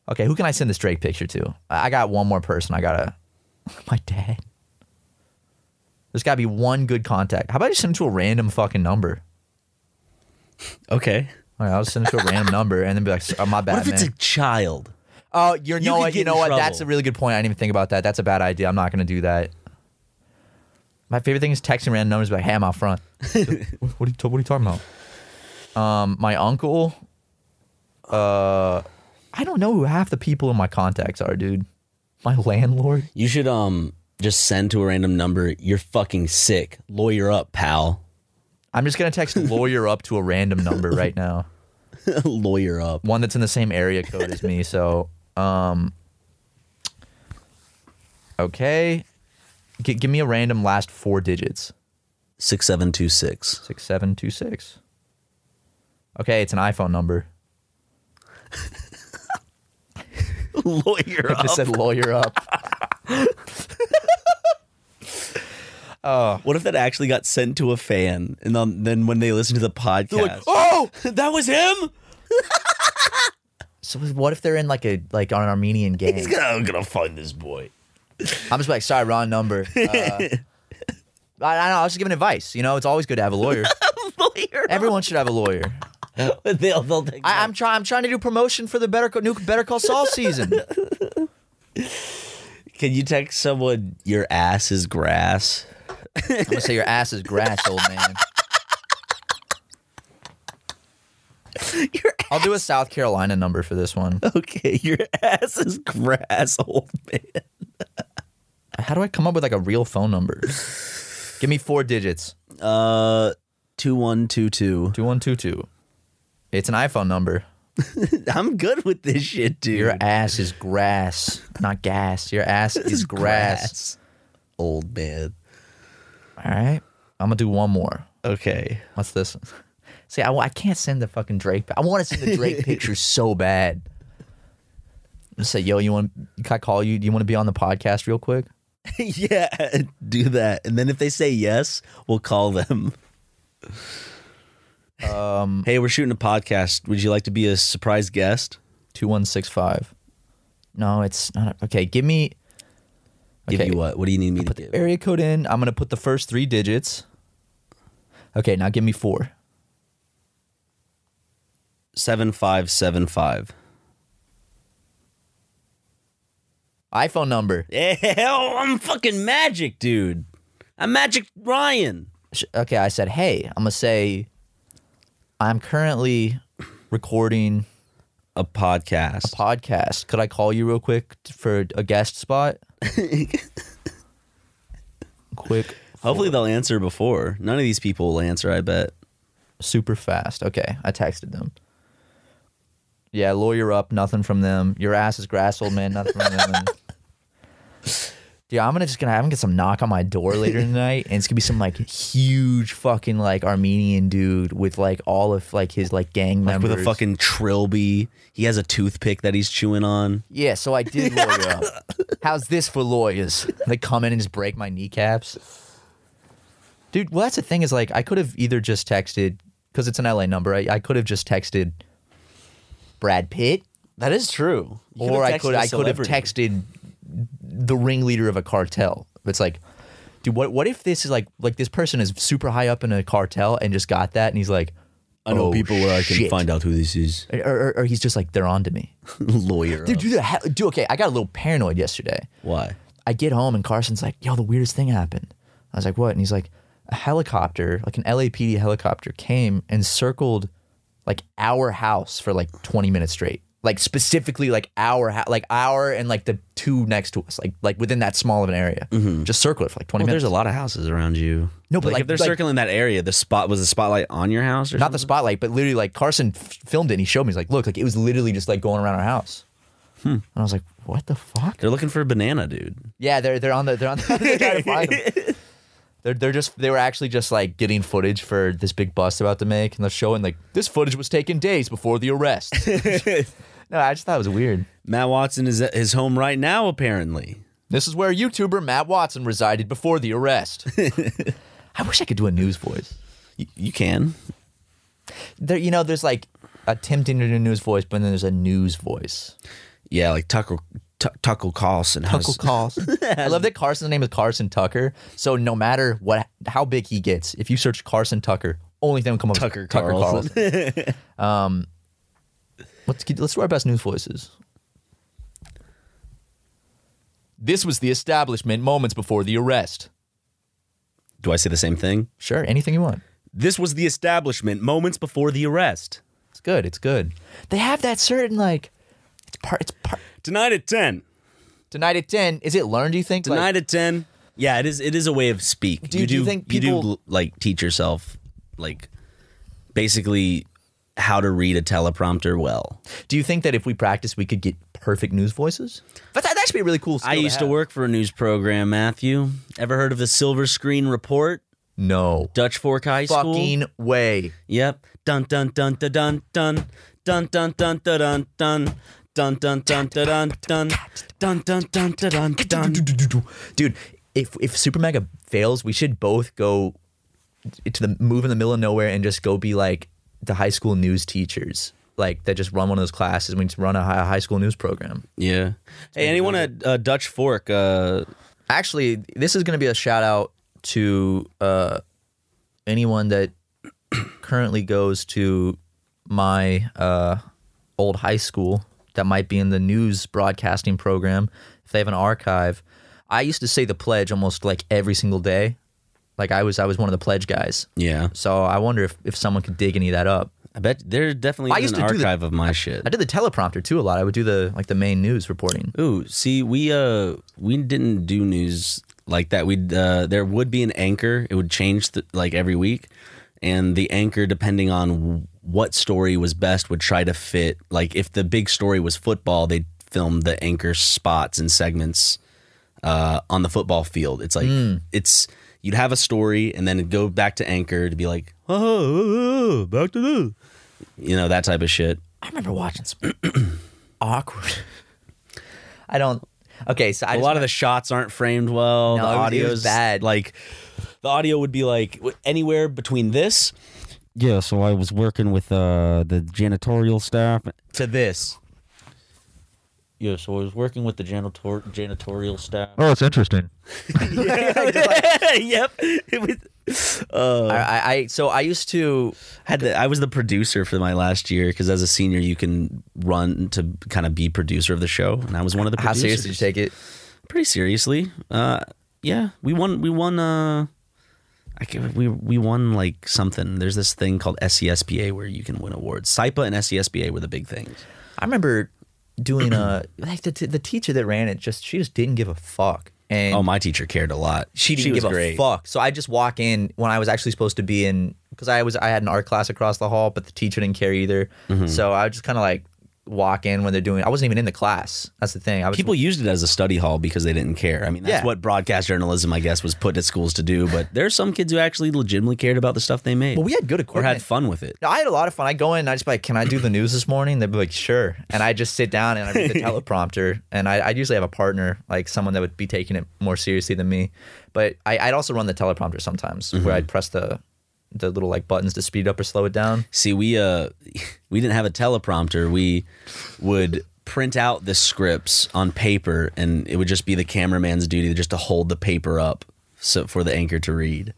[SPEAKER 1] Okay, who can I send this Drake picture to? I, I got one more person. I gotta. My dad. There's gotta be one good contact. How about I just send him to a random fucking number?
[SPEAKER 2] Okay.
[SPEAKER 1] All right, I'll just send him to a random number and then be like, "Oh, "My bad,
[SPEAKER 2] What if it's
[SPEAKER 1] man."
[SPEAKER 2] a child?
[SPEAKER 1] oh, you're
[SPEAKER 2] you
[SPEAKER 1] no,
[SPEAKER 2] could
[SPEAKER 1] what-
[SPEAKER 2] get
[SPEAKER 1] you
[SPEAKER 2] in
[SPEAKER 1] know what?
[SPEAKER 2] trouble.
[SPEAKER 1] That's a really good point. I didn't even think about that. That's a bad idea. I'm not gonna do that. My favorite thing is texting random numbers. Be like, "Hey, I'm out front." what, what are you ta- What are you talking about? Um, my uncle. Uh, I don't know who half the people in my contacts are, dude. My landlord.
[SPEAKER 2] You should um just send to a random number. You're fucking sick. Lawyer up, pal.
[SPEAKER 1] I'm just gonna text lawyer up to a random number right now.
[SPEAKER 2] Lawyer up.
[SPEAKER 1] One that's in the same area code as me. So, um, okay. G- give me a random last four digits.
[SPEAKER 2] Six seven two six.
[SPEAKER 1] Six seven two six. Okay, it's an iPhone number.
[SPEAKER 2] Lawyer
[SPEAKER 1] I just said lawyer up.
[SPEAKER 2] What if that actually got sent to a fan, and then, then when they listen to the podcast,
[SPEAKER 1] oh,
[SPEAKER 2] that was him.
[SPEAKER 1] So what if they're in like a like on an Armenian gang?
[SPEAKER 2] He's gonna, I'm gonna find this boy.
[SPEAKER 1] I'm just like, sorry, wrong number. Uh, I, I don't know. I was just giving advice. You know, it's always good to have a lawyer.
[SPEAKER 2] Lawyer.
[SPEAKER 1] Everyone should have a lawyer.
[SPEAKER 2] they'll, they'll take
[SPEAKER 1] I, I'm trying. I'm trying to do promotion for the Better Call, new Better Call Saul season.
[SPEAKER 2] Can you text someone your ass is grass?
[SPEAKER 1] I'm gonna say your ass is grass, old man. I'll do a South Carolina number for this one.
[SPEAKER 2] Okay, your ass is grass, old man.
[SPEAKER 1] How do I come up with like a real phone number? Give me four digits.
[SPEAKER 2] Uh, two one two two.
[SPEAKER 1] Two one two two. It's an iPhone number.
[SPEAKER 2] I'm good with this shit, dude.
[SPEAKER 1] Your ass is grass, not gas. Your ass is grass.
[SPEAKER 2] old man.
[SPEAKER 1] All right. I'm gonna do one more.
[SPEAKER 2] Okay.
[SPEAKER 1] What's this? See, I, I can't send the fucking Drake. I want to send the Drake picture so bad. Just say, yo, you want? Can I call you? Do you want to be on the podcast real quick?
[SPEAKER 2] yeah, do that. And then if they say yes, we'll call them. Um, hey, we're shooting a podcast. Would you like to be a surprise guest?
[SPEAKER 1] Two one six five. No, it's not. Okay, give me
[SPEAKER 2] Give
[SPEAKER 1] Okay.
[SPEAKER 2] you what? What do you need me to do?
[SPEAKER 1] area code in. I'm gonna put the first three digits. Okay, now give me four.
[SPEAKER 2] 7575.
[SPEAKER 1] iPhone number.
[SPEAKER 2] Hell, I'm fucking magic, dude. I'm Magic Ryan.
[SPEAKER 1] Sh- Okay, I said, hey, I'm gonna say, I'm currently recording
[SPEAKER 2] A podcast.
[SPEAKER 1] podcast. Could I call you real quick t- for a guest spot? quick,
[SPEAKER 2] Hopefully they'll answer before. None of these people will answer, I bet.
[SPEAKER 1] super fast. Okay, I texted them. Yeah, lawyer up, nothing from them. Your ass is grass, old man, nothing from them. Dude, I'm gonna just gonna I'm gonna get some knock on my door later tonight, and it's gonna be some like huge fucking like Armenian dude with like all of like his like gang
[SPEAKER 2] Like
[SPEAKER 1] members
[SPEAKER 2] with a fucking trilby. He has a toothpick that he's chewing on.
[SPEAKER 1] Yeah, so I did lawyer up. How's this for lawyers? They come in and just break my kneecaps. Dude, well, that's the thing is like, I could have either just texted, because it's an LA number, I, I could have just texted Brad Pitt,
[SPEAKER 2] That is true. You
[SPEAKER 1] or I
[SPEAKER 2] texted
[SPEAKER 1] could
[SPEAKER 2] a
[SPEAKER 1] I could have
[SPEAKER 2] celebrity.
[SPEAKER 1] texted the ringleader of a cartel. It's like, dude, what what if this is like like this person is super high up in a cartel and just got that and he's like,
[SPEAKER 2] I know
[SPEAKER 1] "Oh,
[SPEAKER 2] people where I can
[SPEAKER 1] shit."
[SPEAKER 2] find out who this is.
[SPEAKER 1] or, or, or he's just like they're onto me.
[SPEAKER 2] Lawyer.
[SPEAKER 1] Dude, dude, ha- dude, okay, I got a little paranoid yesterday.
[SPEAKER 2] Why?
[SPEAKER 1] I get home and Carson's like, yo, the weirdest thing happened. I was like, what? And he's like, a helicopter, like an LAPD helicopter, came and circled like our house for like 20 minutes straight. Like specifically like our house, like our and like the two next to us, like like within that small of an area. Just circle it for like 20
[SPEAKER 2] Mm-hmm. Well,
[SPEAKER 1] minutes.
[SPEAKER 2] there's a lot of houses around you.
[SPEAKER 1] No, but like-
[SPEAKER 2] if they're
[SPEAKER 1] like-
[SPEAKER 2] circling that area, the spot was the spotlight on your house or
[SPEAKER 1] Not the spotlight, but literally like Carson f- filmed it and he showed me. He's like, look, like it was literally just like going around our house.
[SPEAKER 2] Hmm.
[SPEAKER 1] And I was like, what the fuck?
[SPEAKER 2] They're looking for a banana, dude.
[SPEAKER 1] Yeah, they're they're on the they're on the, they're trying to find them. They're they're just they were actually just like getting footage for this big bust they're about to make, and they're showing like this footage was taken days before the arrest. no, I just thought it was weird.
[SPEAKER 2] Matt Watson is at his home right now, apparently.
[SPEAKER 1] This is where YouTuber Matt Watson resided before the arrest. I wish I could do a news voice.
[SPEAKER 2] Y- you can.
[SPEAKER 1] There, you know, there's like attempting to do a news voice, but then there's a news voice.
[SPEAKER 2] Yeah, like Tucker Tu Tucker Carlson. has-
[SPEAKER 1] Tucker Carlson. I love that Carson's name is Carson Tucker. So no matter what, how big he gets, if you search Carson Tucker, only thing will come up. is
[SPEAKER 2] Tucker
[SPEAKER 1] Tucker
[SPEAKER 2] Carlson.
[SPEAKER 1] Carlson. um, let's get- let's do our best news voices. This was the establishment moments before the arrest.
[SPEAKER 2] Do I say the same thing?
[SPEAKER 1] Sure, anything you want.
[SPEAKER 2] This was the establishment moments before the arrest.
[SPEAKER 1] It's good. It's good. They have that certain like. It's part. It's part.
[SPEAKER 2] Tonight at ten.
[SPEAKER 1] Tonight at ten. Is it learned? Do you think? Like-
[SPEAKER 2] Tonight at ten. Yeah, it is. It is a way of speak.
[SPEAKER 1] Do you- do you think
[SPEAKER 2] you
[SPEAKER 1] people-
[SPEAKER 2] do like teach yourself like basically how to read a teleprompter well?
[SPEAKER 1] Do you think that if we practice, we could get perfect news voices? But that'd actually be a really cool. Skill
[SPEAKER 2] I used to
[SPEAKER 1] have.
[SPEAKER 2] work for a news program, Matthew. Ever heard of the Silver Screen Report?
[SPEAKER 1] No
[SPEAKER 2] Dutch Fork High School.
[SPEAKER 1] fucking way.
[SPEAKER 2] Yep. Dun dun dun dun dun dun dun dun dun dun dun dun dun dun dun dun dun dun dun dun dun dun.
[SPEAKER 1] Dude, if if Super Mega fails, we should both go to the move in the middle of nowhere and just go be like the high school news teachers. Like that just run one of those classes and we just run a high, high school news program.
[SPEAKER 2] Yeah. Hey, anyone at uh, Dutch Fork? Uh,
[SPEAKER 1] Actually, this is going to be a shout out to uh, anyone that currently goes to my uh, old high school that might be in the news broadcasting program. If they have an archive, I used to say the pledge almost like every single day. Like I was, I was one of the pledge guys.
[SPEAKER 2] yeah.
[SPEAKER 1] So I wonder if, if someone could dig any of that up.
[SPEAKER 2] I bet there definitely
[SPEAKER 1] I
[SPEAKER 2] is
[SPEAKER 1] used
[SPEAKER 2] an
[SPEAKER 1] to do the-
[SPEAKER 2] archive of my shit.
[SPEAKER 1] I did the teleprompter too a lot. I would do the like the main news reporting.
[SPEAKER 2] Ooh, see, we uh we didn't do news like that. We'd uh there would be an anchor. It would change the, like every week, and the anchor, depending on what story was best, would try to fit. Like if the big story was football, they'd film the anchor spots and segments uh on the football field. It's like it's you'd have a story, and then it'd go back to anchor to be like, oh, oh, oh, back to the, you know, that type of shit.
[SPEAKER 1] I remember watching some awkward. I don't. Okay, so I
[SPEAKER 2] a
[SPEAKER 1] just-
[SPEAKER 2] lot of the shots aren't framed well.
[SPEAKER 1] No,
[SPEAKER 2] the
[SPEAKER 1] it was- it was
[SPEAKER 2] audio's
[SPEAKER 1] bad.
[SPEAKER 2] Like the audio would be like w- anywhere between this. Yeah, so I was working with uh, the janitorial staff to this. Yeah, so I was working with the janitor- janitorial staff.
[SPEAKER 1] Oh, it's interesting.
[SPEAKER 2] yep. It was, uh,
[SPEAKER 1] I, I, I so I used to.
[SPEAKER 2] had the, I was the producer for my last year because as a senior you can run to kind of be producer of the show, and I was one of the
[SPEAKER 1] How
[SPEAKER 2] producers.
[SPEAKER 1] serious did you take it?
[SPEAKER 2] pretty seriously. Uh, yeah, we won. We won. Uh, I can, we we won like something. There's this thing called E SESPA where you can win awards. SIPA and E SESPA were the big things.
[SPEAKER 1] I remember doing a like the the teacher that ran it. Just she just didn't give a fuck. And
[SPEAKER 2] Oh, my teacher cared a lot.
[SPEAKER 1] she didn't
[SPEAKER 2] was
[SPEAKER 1] give
[SPEAKER 2] great.
[SPEAKER 1] a fuck. So I just walk in when I was actually supposed to be in because I was I had an art class across the hall, but the teacher didn't care either. So I just kind of like walk in when they're doing. I wasn't even in the class. That's the thing. I was
[SPEAKER 2] People used it as a study hall because they didn't care. I mean, that's
[SPEAKER 1] Yeah.
[SPEAKER 2] what broadcast journalism, I guess, was put at schools to do. But there's some kids who actually legitimately cared about the stuff they made.
[SPEAKER 1] Well, we had good
[SPEAKER 2] or had
[SPEAKER 1] equipment.
[SPEAKER 2] fun with it.
[SPEAKER 1] No, I had a lot of fun. I go in and I just be like, can I do the news this morning? They'd be like, sure. And I just sit down and I read the teleprompter. And I, I'd usually have a partner, like someone that would be taking it more seriously than me. But I, I'd also run the teleprompter sometimes where I'd press the the little like buttons to speed up or slow it down.
[SPEAKER 2] See, we uh, we didn't have a teleprompter. We would print out the scripts on paper, and it would just be the cameraman's duty just to hold the paper up so for the anchor to read.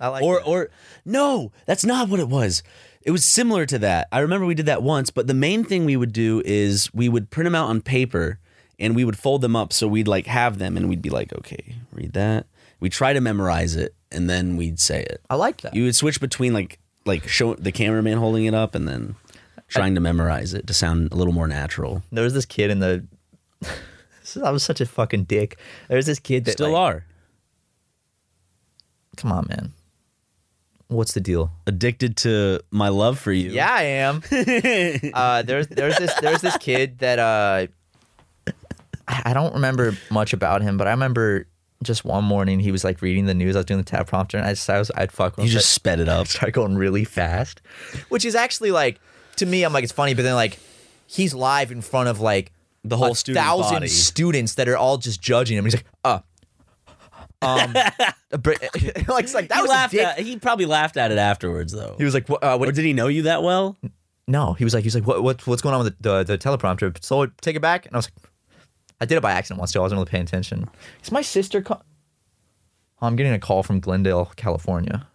[SPEAKER 1] I like
[SPEAKER 2] or or no, that's not what it was. It was similar to that. I remember we did that once, but the main thing we would do is we would print them out on paper and we would fold them up so we'd like have them and we'd be like, okay, read that. We try to memorize it and then we'd say it.
[SPEAKER 1] I like that.
[SPEAKER 2] You would switch between like like show the cameraman holding it up and then trying to memorize it to sound a little more natural.
[SPEAKER 1] there was this kid in the This is- I was such a fucking dick. There was this kid that
[SPEAKER 2] Still
[SPEAKER 1] like,
[SPEAKER 2] are
[SPEAKER 1] come on, man. What's the deal?
[SPEAKER 2] addicted to my love for you.
[SPEAKER 1] Yeah, I am. uh, there's there's this there's this kid that uh, I I don't remember much about him, but I remember just one morning he was like reading the news. I was doing the tab prompter, and I just I was I'd fuck. with
[SPEAKER 2] You
[SPEAKER 1] him.
[SPEAKER 2] just sped it up.
[SPEAKER 1] start going really fast, which is actually like to me I'm like it's funny, but then like he's live in front of like
[SPEAKER 2] The whole
[SPEAKER 1] a
[SPEAKER 2] student
[SPEAKER 1] thousand
[SPEAKER 2] body.
[SPEAKER 1] students that are all just judging him. He's like, uh. um, like, it's like that
[SPEAKER 2] he
[SPEAKER 1] was a
[SPEAKER 2] laughed
[SPEAKER 1] dick.
[SPEAKER 2] at he probably laughed at it afterwards though.
[SPEAKER 1] He was like, what, uh, what
[SPEAKER 2] Or did he know you that well?
[SPEAKER 1] no, he was like, he was like, what, what what's going on with the, the, the teleprompter? So take it back, and I was like, I did it by accident once too. I wasn't really paying attention. Is my sister? Call- oh, I'm getting a call from Glendale, California.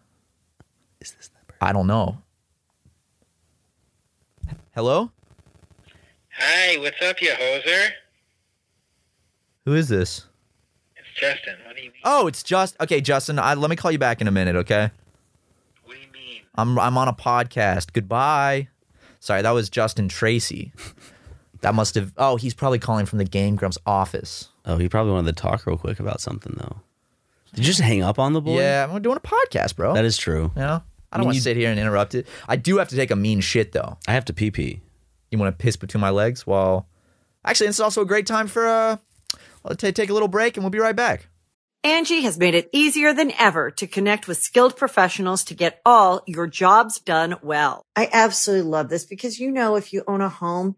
[SPEAKER 2] Is this number?
[SPEAKER 1] I don't know. Hello,
[SPEAKER 3] Hi, what's up, you hoser?
[SPEAKER 1] who is this?
[SPEAKER 3] It's Justin. What do you mean?
[SPEAKER 1] Oh, it's just okay, Justin. I, let me call you back in a minute, okay?
[SPEAKER 3] What do you mean?
[SPEAKER 1] I'm I'm on a podcast. Goodbye. Sorry, that was Justin Tracy. That must have. Oh, he's probably calling from the Game Grumps office.
[SPEAKER 2] Oh, he probably wanted to talk real quick about something though. Did you just hang up on the boy?
[SPEAKER 1] Yeah, we're doing a podcast, bro.
[SPEAKER 2] That is true.
[SPEAKER 1] You know? I
[SPEAKER 2] I
[SPEAKER 1] don't
[SPEAKER 2] mean,
[SPEAKER 1] want
[SPEAKER 2] you-
[SPEAKER 1] to sit here and interrupt it. I do have to take a mean shit though.
[SPEAKER 2] I have to pee pee.
[SPEAKER 1] You want to piss between my legs? Well, actually, this is also a great time for uh, I'll ta- take a little break and we'll be right back.
[SPEAKER 4] Angie has made it easier than ever to connect with skilled professionals to get all your jobs done well. I absolutely love this because, you know, if you own a home,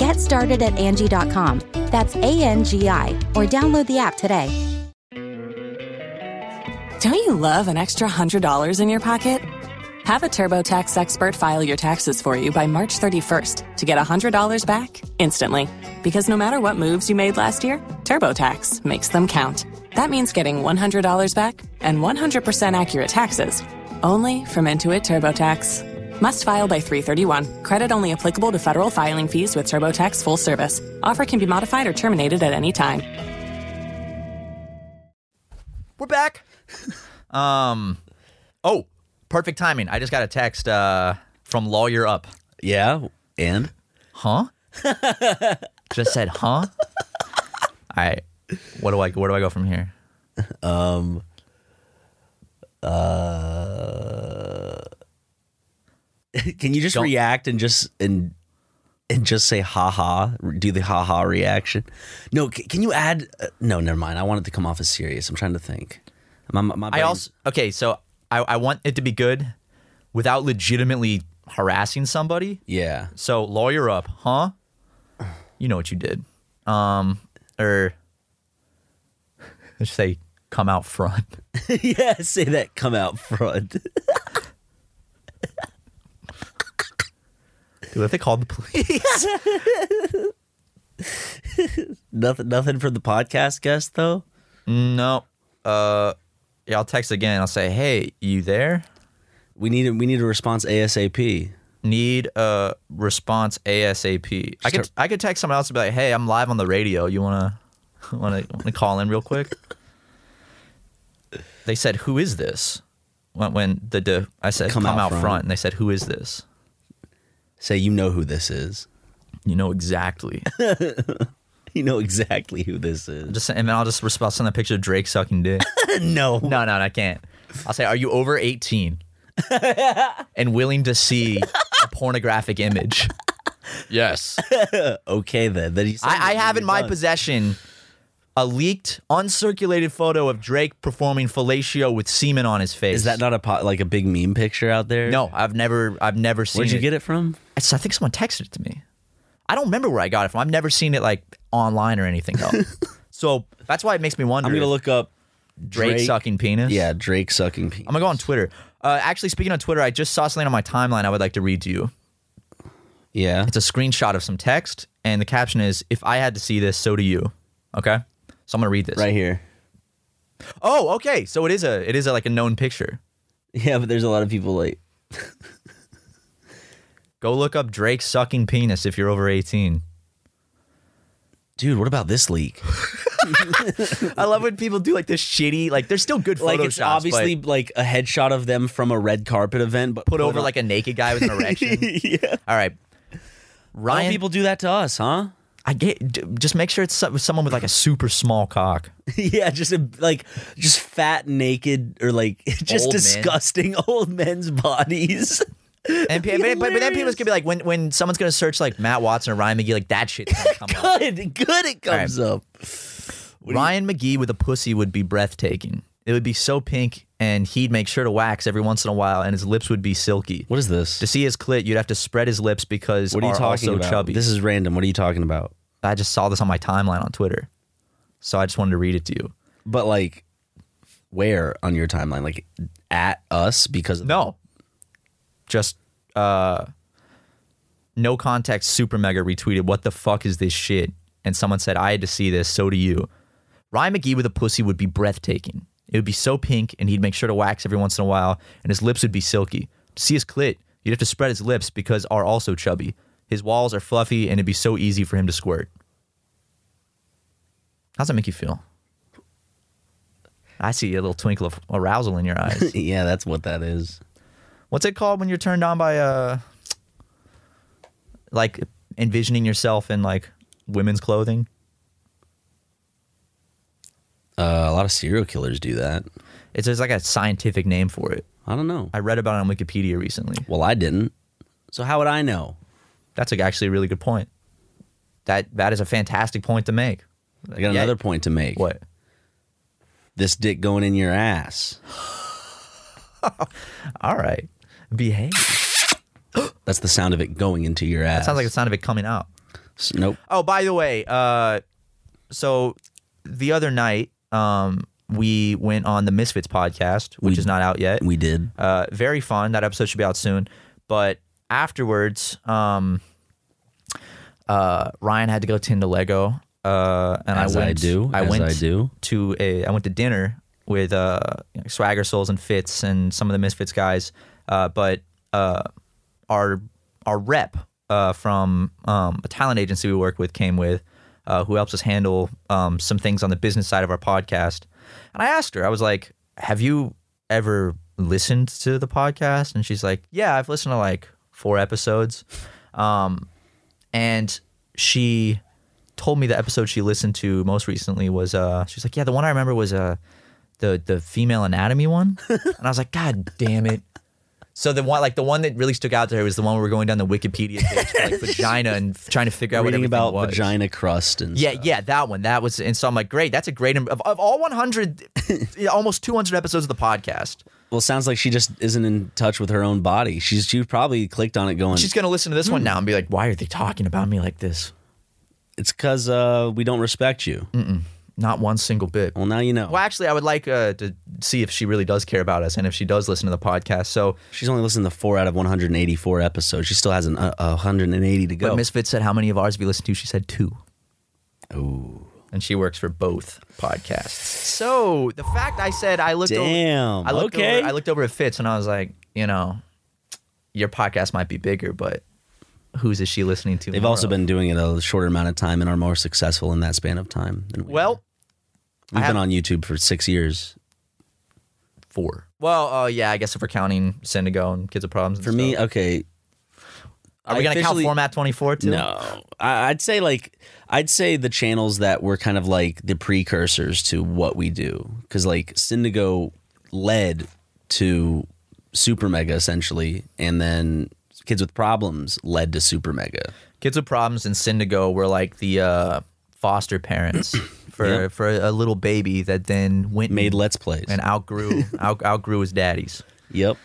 [SPEAKER 5] Get started at Angie.com. That's A N G I, or download the app today.
[SPEAKER 6] Don't you love an extra $100 in your pocket? Have a TurboTax expert file your taxes for you by March 31st to get $100 back instantly. Because no matter what moves you made last year, TurboTax makes them count. That means getting $100 back and 100% accurate taxes only from Intuit TurboTax. Must file by 331. Credit only applicable to federal filing fees with TurboTax full service. Offer can be modified or terminated at any time.
[SPEAKER 1] We're back. um, oh, perfect timing. I just got a text uh from Lawyer Up.
[SPEAKER 2] Yeah. And
[SPEAKER 1] Huh? just said, huh? All right. What do I? Where do I go from here?
[SPEAKER 2] Um. Uh. Can you just react and just and and just say ha ha? Do the ha ha reaction? No. c- Can you add? Uh, no. Never mind. I wanted to come off as serious. I'm trying to think. My, my
[SPEAKER 1] I
[SPEAKER 2] brain's-
[SPEAKER 1] also okay. So I, I want it to be good without legitimately harassing somebody.
[SPEAKER 2] Yeah.
[SPEAKER 1] So lawyer up, huh? You know what you did. Um, or let's say come out front.
[SPEAKER 2] yeah. Say that. Come out front.
[SPEAKER 1] Dude, if they called the police,
[SPEAKER 2] nothing. Nothing for the podcast guest though.
[SPEAKER 1] no. Uh, yeah, I'll text again. I'll say, hey, you there?
[SPEAKER 2] We need. a- We need a response asap.
[SPEAKER 1] Need a response ASAP. I could I could text someone else and be like, hey, I'm live on the radio. You wanna wanna, wanna call in real quick? they said, who is this? When, when the, the I said, come, out, front. and they said, who is this?
[SPEAKER 2] Say you know who this is.
[SPEAKER 1] You know exactly.
[SPEAKER 2] You know exactly who this is.
[SPEAKER 1] just and then I'll just respond send a picture of Drake sucking dick.
[SPEAKER 2] no.
[SPEAKER 1] no, no, no, I can't. I'll say, are you over 18 and willing to see a pornographic image? Yes.
[SPEAKER 2] Okay then. Then you said
[SPEAKER 1] I, I
[SPEAKER 2] it.
[SPEAKER 1] have in
[SPEAKER 2] You're
[SPEAKER 1] my
[SPEAKER 2] done.
[SPEAKER 1] possession a leaked, uncirculated photo of Drake performing fellatio with semen on his face.
[SPEAKER 2] Is that not a po- like a big meme picture out there?
[SPEAKER 1] No, I've never, I've never seen.
[SPEAKER 2] Where'd you
[SPEAKER 1] it.
[SPEAKER 2] get it from?
[SPEAKER 1] It's- I think someone texted it to me. I don't remember where I got it from. I've never seen it like online or anything else. so that's why it makes me wonder.
[SPEAKER 2] I'm gonna
[SPEAKER 1] if
[SPEAKER 2] look up
[SPEAKER 1] Drake,
[SPEAKER 2] Drake-
[SPEAKER 1] sucking penis.
[SPEAKER 2] Yeah, Drake sucking penis.
[SPEAKER 1] I'm gonna go on Twitter. Uh, actually, speaking of Twitter, I just saw something on my timeline. I would like to read to you.
[SPEAKER 2] yeah.
[SPEAKER 1] It's a screenshot of some text, and the caption is, "If I had to see this, so do you." Okay, so I'm gonna read this.
[SPEAKER 2] Right here.
[SPEAKER 1] Oh, okay. So it is a it is a, like a known picture.
[SPEAKER 2] Yeah, but there's a lot of people like
[SPEAKER 1] Go look up Drake sucking penis if you're over 18.
[SPEAKER 2] Dude, what about this leak?
[SPEAKER 1] I love when people do like this shitty like they're still good photoshops.
[SPEAKER 2] like it's obviously
[SPEAKER 1] but
[SPEAKER 2] like a headshot of them from a red carpet event, but
[SPEAKER 1] put over
[SPEAKER 2] on-
[SPEAKER 1] like a naked guy with an erection.
[SPEAKER 2] yeah.
[SPEAKER 1] All right.
[SPEAKER 2] Why
[SPEAKER 1] Ryan
[SPEAKER 2] don't people do that to us, huh?
[SPEAKER 1] I get j- just make sure it's so- someone with like a super small cock.
[SPEAKER 2] yeah, just a, like just fat, naked, or like just
[SPEAKER 1] Old men.
[SPEAKER 2] disgusting old men's bodies.
[SPEAKER 1] And pe- but, but, but then
[SPEAKER 2] Hilarious.
[SPEAKER 1] people's gonna be like when when someone's gonna search like Matt Watson or Ryan McGee like that shit's gonna come up.
[SPEAKER 2] good, good. It comes up.
[SPEAKER 1] Ryan McGee with a pussy would be breathtaking. It would be so pink and he'd make sure to wax every once in a while and his lips would be silky.
[SPEAKER 2] What is this?
[SPEAKER 1] To see his clit, you'd have to spread his lips because
[SPEAKER 2] What are you talking
[SPEAKER 1] also
[SPEAKER 2] about?
[SPEAKER 1] chubby.
[SPEAKER 2] This is random. What are you talking about?
[SPEAKER 1] I just saw this on my timeline on Twitter, so I just wanted to read it to you.
[SPEAKER 2] But like, where on your timeline? Like at us because of
[SPEAKER 1] No, just uh, no context. Super mega retweeted. What the fuck is this shit? And someone said, I had to see this. So do you. Ryan McGee with a pussy would be breathtaking. It would be so pink, and he'd make sure to wax every once in a while, and his lips would be silky. To see his clit, you'd have to spread his lips because are also chubby. His walls are fluffy, and it'd be so easy for him to squirt. How's that make you feel? I see a little twinkle of arousal in your eyes.
[SPEAKER 2] yeah, that's what that is.
[SPEAKER 1] What's it called when you're turned on by uh like envisioning yourself in like women's clothing?
[SPEAKER 2] Uh, a lot of serial killers do that.
[SPEAKER 1] It's there's like a scientific name for it.
[SPEAKER 2] I don't know.
[SPEAKER 1] I read about it on Wikipedia recently.
[SPEAKER 2] well, I didn't. So how would I know?
[SPEAKER 1] That's like actually a really good point. That that is a fantastic point to make.
[SPEAKER 2] I got
[SPEAKER 1] Yeah.
[SPEAKER 2] another point to make.
[SPEAKER 1] What?
[SPEAKER 2] This dick going in your ass.
[SPEAKER 1] All right. Behave.
[SPEAKER 2] That's the sound of it going into your ass.
[SPEAKER 1] Sounds like the sound of it coming out.
[SPEAKER 2] S- nope.
[SPEAKER 1] Oh, by the way, uh, so the other night, um, we went on the Misfits podcast, which
[SPEAKER 2] We-
[SPEAKER 1] is not out yet.
[SPEAKER 2] We did.
[SPEAKER 1] Uh, very fun. That episode should be out soon. But afterwards, um, uh, Ryan had to go tend to Lego, uh, and
[SPEAKER 2] As
[SPEAKER 1] I
[SPEAKER 2] I
[SPEAKER 1] went.
[SPEAKER 2] do,
[SPEAKER 1] I
[SPEAKER 2] as
[SPEAKER 1] went
[SPEAKER 2] I do.
[SPEAKER 1] to a. I went to dinner with uh, you know, Swagger Souls and Fitz and some of the Misfits guys. Uh, but uh, our our rep uh, from um, a talent agency we work with came with, uh, who helps us handle um, some things on the business side of our podcast. And I asked her, I was like, "Have you ever listened to the podcast?" And she's like, "Yeah, I've listened to like four episodes." Um, and she told me the episode she listened to most recently was uh she was like, Yeah, the one I remember was uh the the female anatomy one. and I was like, God damn it. So the one like the one that really stuck out to her was the one where we're going down the Wikipedia page for like vagina and f- trying to figure out
[SPEAKER 2] Reading
[SPEAKER 1] what everything
[SPEAKER 2] about
[SPEAKER 1] was.
[SPEAKER 2] vagina crust and
[SPEAKER 1] Yeah, yeah, that one. That was, and so I'm like, great. That's a great of, of all 100, yeah, almost 200 episodes of the podcast.
[SPEAKER 2] Well, it sounds like she just isn't in touch with her own body. She's she probably clicked on it going.
[SPEAKER 1] She's gonna listen to this
[SPEAKER 2] Hmm.
[SPEAKER 1] one now and be like, why are they talking about me like this?
[SPEAKER 2] It's because uh, we don't respect you.
[SPEAKER 1] Mm. Not one single bit.
[SPEAKER 2] Well, now you know.
[SPEAKER 1] Well, actually, I would like uh, to see if she really does care about us and if she does listen to the podcast. So,
[SPEAKER 2] She's only listened to four out of 184 episodes. She still has an, uh, 180 to go.
[SPEAKER 1] but Misfit said, how many of ours have you listened to? She said two.
[SPEAKER 2] Ooh.
[SPEAKER 1] And she works for both podcasts. So the fact I said I looked
[SPEAKER 2] Damn,
[SPEAKER 1] over, I looked
[SPEAKER 2] okay.
[SPEAKER 1] over, I looked over at Fitz and I was like, you know, your podcast might be bigger, but whose is she listening to?
[SPEAKER 2] They've
[SPEAKER 1] more
[SPEAKER 2] also
[SPEAKER 1] of?
[SPEAKER 2] been doing it a shorter amount of time and are more successful in that span of time. Than we
[SPEAKER 1] well
[SPEAKER 2] are. we've
[SPEAKER 1] I
[SPEAKER 2] been
[SPEAKER 1] have-
[SPEAKER 2] on YouTube for six years.
[SPEAKER 1] four. Well, oh yeah, I guess if we're counting Syndigo and Kids of Problems. and
[SPEAKER 2] For me,
[SPEAKER 1] stuff.
[SPEAKER 2] okay,
[SPEAKER 1] are we
[SPEAKER 2] I
[SPEAKER 1] gonna count
[SPEAKER 2] officially-
[SPEAKER 1] Format Twenty Four too?
[SPEAKER 2] No, I, I'd say like I'd say the channels that were kind of like the precursors to what we do, because like Syndigo led to Super Mega essentially, and then Kids with Problems led to Super Mega.
[SPEAKER 1] Kids with Problems and Syndigo were like the uh, foster parents for
[SPEAKER 2] Yeah.
[SPEAKER 1] for a little baby that then went
[SPEAKER 2] Made
[SPEAKER 1] and-
[SPEAKER 2] Let's Plays.
[SPEAKER 1] and outgrew out, outgrew his daddies.
[SPEAKER 2] Yep.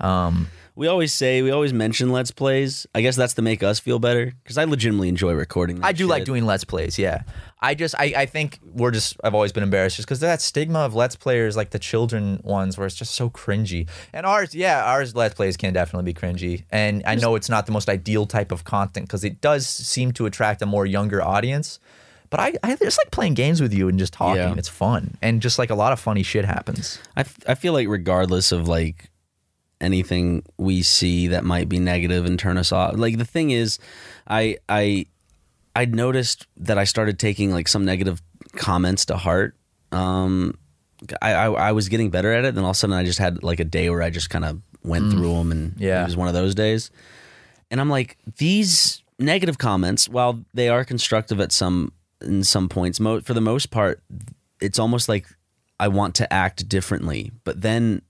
[SPEAKER 2] Um, we always say we always mention Let's Plays. I guess that's to make us feel better because I legitimately enjoy recording. that
[SPEAKER 1] I do like
[SPEAKER 2] shit.
[SPEAKER 1] doing let's plays. Yeah, I just I, I think we're just I've always been embarrassed just because that stigma of let's players like the children ones where it's just so cringy. And ours, yeah, ours let's plays can definitely be cringy. And I know it's not the most ideal type of content because it does seem to attract a more younger audience. But I, I just like playing games with you and just talking.
[SPEAKER 2] Yeah.
[SPEAKER 1] It's fun and just like a lot of funny shit happens.
[SPEAKER 2] I, f- I feel like regardless of like anything we see that might be negative and turn us off like the thing is i i i noticed that i started taking like some negative comments to heart um I, I i was getting better at it then all of a sudden i just had like a day where i just kind of went through 'em through them and
[SPEAKER 1] Yeah.
[SPEAKER 2] it was one of those days and i'm like these negative comments while they are constructive at some in some points mo- for the most part it's almost like I want to act differently. But then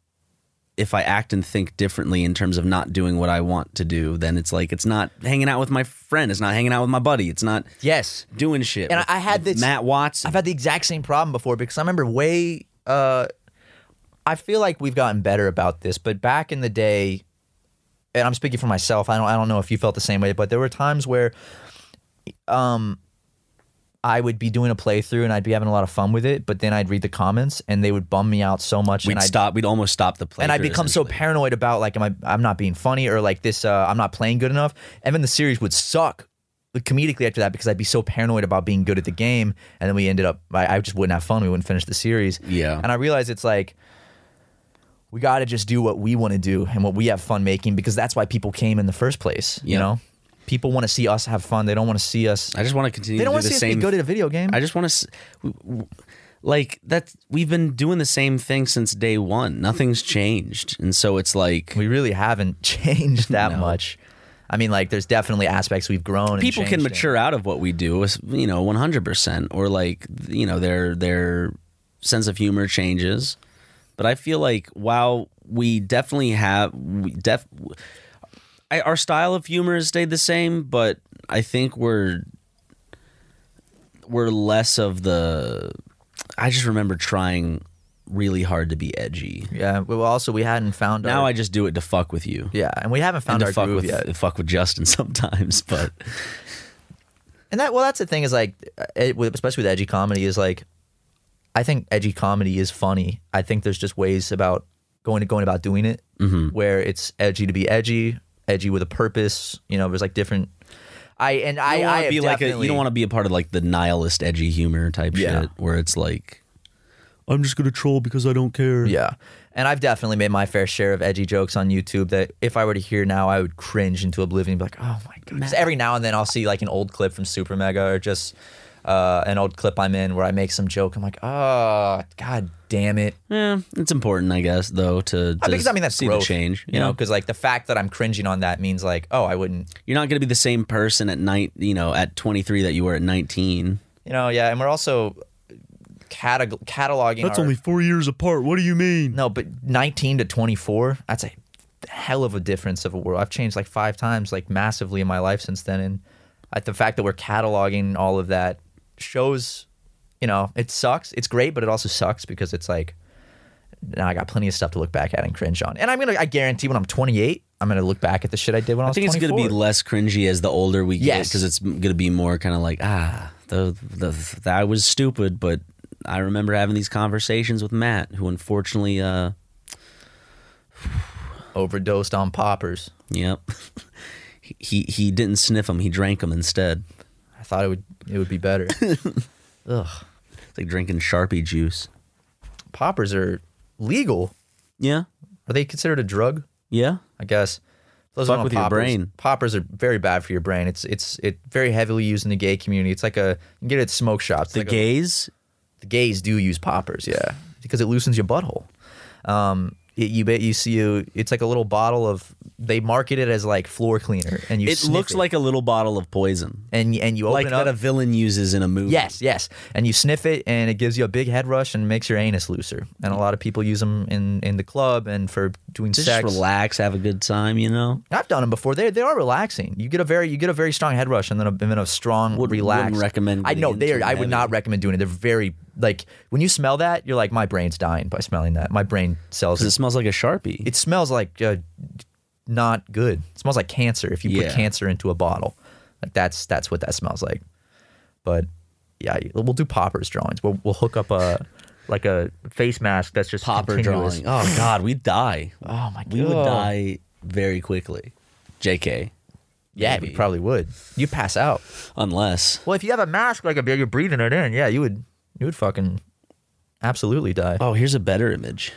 [SPEAKER 2] if I act and think differently in terms of not doing what I want to do, then it's like it's not hanging out with my friend, it's not hanging out with my buddy, it's not
[SPEAKER 1] Yes,
[SPEAKER 2] doing shit.
[SPEAKER 1] And
[SPEAKER 2] with-
[SPEAKER 1] I had
[SPEAKER 2] with
[SPEAKER 1] this-
[SPEAKER 2] Matt Watson.
[SPEAKER 1] I've had the exact same problem before because I remember way. Uh, I feel like we've gotten better about this, but back in the day, and I'm speaking for myself. I don't. I don't know if you felt the same way, but there were times where, um, I would be doing a playthrough and I'd be having a lot of fun with it, but then I'd read the comments and they would bum me out so much.
[SPEAKER 2] we'd
[SPEAKER 1] and I'd,
[SPEAKER 2] stop. We'd almost stop the play.
[SPEAKER 1] and I become so
[SPEAKER 2] paranoid.
[SPEAKER 1] paranoid about like am I I'm not being funny or like this uh, I'm not playing good enough. And then the series would suck comedically after that because I'd be so paranoid about being good at the game, and then we ended up I, I just wouldn't have fun. We wouldn't finish the series.
[SPEAKER 2] Yeah.
[SPEAKER 1] and I realized it's like. We got to just do what we want to do and what we have fun making because that's why people came in the first place. You
[SPEAKER 2] Yeah.
[SPEAKER 1] know, people want to see us have fun. They don't want to see us.
[SPEAKER 2] I just want to continue.
[SPEAKER 1] they don't
[SPEAKER 2] to do
[SPEAKER 1] want
[SPEAKER 2] the
[SPEAKER 1] to see us
[SPEAKER 2] same
[SPEAKER 1] be good at a video game.
[SPEAKER 2] I just want to, like that's We've been doing the same thing since day one. Nothing's changed, and so it's like
[SPEAKER 1] we really haven't changed that
[SPEAKER 2] No.
[SPEAKER 1] much. I mean, like, there's definitely aspects we've grown. and
[SPEAKER 2] people can
[SPEAKER 1] changed in.
[SPEAKER 2] mature out of what we do as- you know 100% or like you know their their sense of humor changes but i feel like while we definitely have we def I, our style of humor has stayed the same but i think we're we're less of the i just remember trying really hard to be edgy
[SPEAKER 1] Yeah. Well, also we hadn't found
[SPEAKER 2] now
[SPEAKER 1] Our,
[SPEAKER 2] i just do it to fuck with you
[SPEAKER 1] yeah, and we haven't
[SPEAKER 2] and
[SPEAKER 1] found
[SPEAKER 2] to
[SPEAKER 1] our
[SPEAKER 2] fuck
[SPEAKER 1] groove
[SPEAKER 2] with
[SPEAKER 1] yet.
[SPEAKER 2] fuck with justin sometimes but
[SPEAKER 1] And that well, that's the thing is like, uh, it, with- especially with edgy comedy, is like, I think edgy comedy is funny. I think there's just ways about going to going about doing it
[SPEAKER 2] Mm-hmm.
[SPEAKER 1] where it's edgy to be edgy, edgy with a purpose. You know, there's like different. I and I
[SPEAKER 2] you don't
[SPEAKER 1] I
[SPEAKER 2] want to
[SPEAKER 1] have
[SPEAKER 2] be like a, you
[SPEAKER 1] definitely-
[SPEAKER 2] don't want to be a part of like the nihilist edgy humor type
[SPEAKER 1] Yeah.
[SPEAKER 2] shit where it's like I'm just gonna troll because I don't care.
[SPEAKER 1] Yeah. And I've definitely made my fair share of edgy jokes on YouTube that if I were to hear now, I would cringe into oblivion and be like, oh my God. 'Cause every now and then I'll see like an old clip from Super Mega or just uh, an old clip I'm in where I make some joke. I'm like, oh, God damn it.
[SPEAKER 2] Yeah, eh, it's important, I guess, though, to,
[SPEAKER 1] Uh,
[SPEAKER 2] to
[SPEAKER 1] because I mean that's
[SPEAKER 2] see
[SPEAKER 1] growth,
[SPEAKER 2] the change.
[SPEAKER 1] you know, because like the fact that I'm cringing on that means like, oh, I wouldn't,
[SPEAKER 2] you're not going to be the same person at night, you know, at 23 that you were at 19.
[SPEAKER 1] you know, yeah. And we're also catag- cataloging.
[SPEAKER 2] That's
[SPEAKER 1] our-
[SPEAKER 2] only
[SPEAKER 7] four years apart. What do you mean?
[SPEAKER 1] No, but 19 to 24, that's a hell of a difference of a world. I've changed like five times, like massively in my life since then. And like the fact that we're cataloging all of that shows, you know, it sucks. It's great, but it also sucks because it's like, now I got plenty of stuff to look back at and cringe on. And I'm going to, I guarantee when I'm 28, I'm going to look back at the shit I did when I,
[SPEAKER 2] I
[SPEAKER 1] was
[SPEAKER 2] think it's
[SPEAKER 1] 24.
[SPEAKER 2] going to be less cringy as the older we get
[SPEAKER 1] Yes.
[SPEAKER 2] because it's going to be more kind of like, ah, the, the, the, I was stupid, but I remember having these conversations with Matt, who unfortunately, uh,
[SPEAKER 1] overdosed on poppers.
[SPEAKER 2] Yep. He- he, he didn't sniff them. He drank them instead.
[SPEAKER 1] I thought it would, it would be better. Ugh.
[SPEAKER 2] It's like drinking Sharpie juice.
[SPEAKER 1] Poppers are legal.
[SPEAKER 2] Yeah.
[SPEAKER 1] Are they considered a drug?
[SPEAKER 2] Yeah.
[SPEAKER 1] I guess. Those
[SPEAKER 2] Fuck
[SPEAKER 1] are
[SPEAKER 2] with your brain.
[SPEAKER 1] Poppers are very bad for your brain. It's it's it very heavily used in the gay community. It's like a you can get it at smoke shops. The
[SPEAKER 2] gays,
[SPEAKER 1] the gays do use poppers, yeah, because it loosens your butthole. Um, it, you bet you see you. It's like a little bottle of. They market it as like floor cleaner, and you.
[SPEAKER 2] it
[SPEAKER 1] sniff
[SPEAKER 2] looks
[SPEAKER 1] it.
[SPEAKER 2] like a little bottle of poison.
[SPEAKER 1] And and you open
[SPEAKER 2] like
[SPEAKER 1] it
[SPEAKER 2] that
[SPEAKER 1] up-
[SPEAKER 2] a villain uses in a movie.
[SPEAKER 1] Yes, yes. And you sniff it, and it gives you a big head rush and makes your anus looser. And a lot of people use them in, in the club and for doing
[SPEAKER 2] Just
[SPEAKER 1] sex.
[SPEAKER 2] relax, have a good time, you know.
[SPEAKER 1] I've done them before. They they are relaxing. You get a very you get a very strong head rush, and then a, and then a strong relax.
[SPEAKER 2] recommend
[SPEAKER 1] I
[SPEAKER 2] getting
[SPEAKER 1] know
[SPEAKER 2] into
[SPEAKER 1] they. are I
[SPEAKER 2] heavy.
[SPEAKER 1] would not recommend doing it. They're very like when you smell that, you're like my brain's dying by smelling that. My brain cells.
[SPEAKER 2] 'Cause it smells like a sharpie.
[SPEAKER 1] It smells like uh, not good. It smells like cancer. If you
[SPEAKER 2] Yeah.
[SPEAKER 1] put cancer into a bottle, like that's that's what that smells like. But yeah, we'll do poppers drawings. We'll we'll hook up a like a face mask that's just
[SPEAKER 2] Popper
[SPEAKER 1] continuous.
[SPEAKER 2] drawing. Oh God, we'd die.
[SPEAKER 1] Oh my god,
[SPEAKER 2] We would die very quickly. Jk.
[SPEAKER 1] Yeah, we probably would. You pass out.
[SPEAKER 2] Unless
[SPEAKER 1] Well, if you have a mask like a bear, you're breathing it in. Yeah, you would you would fucking absolutely die.
[SPEAKER 2] oh, here's a better image.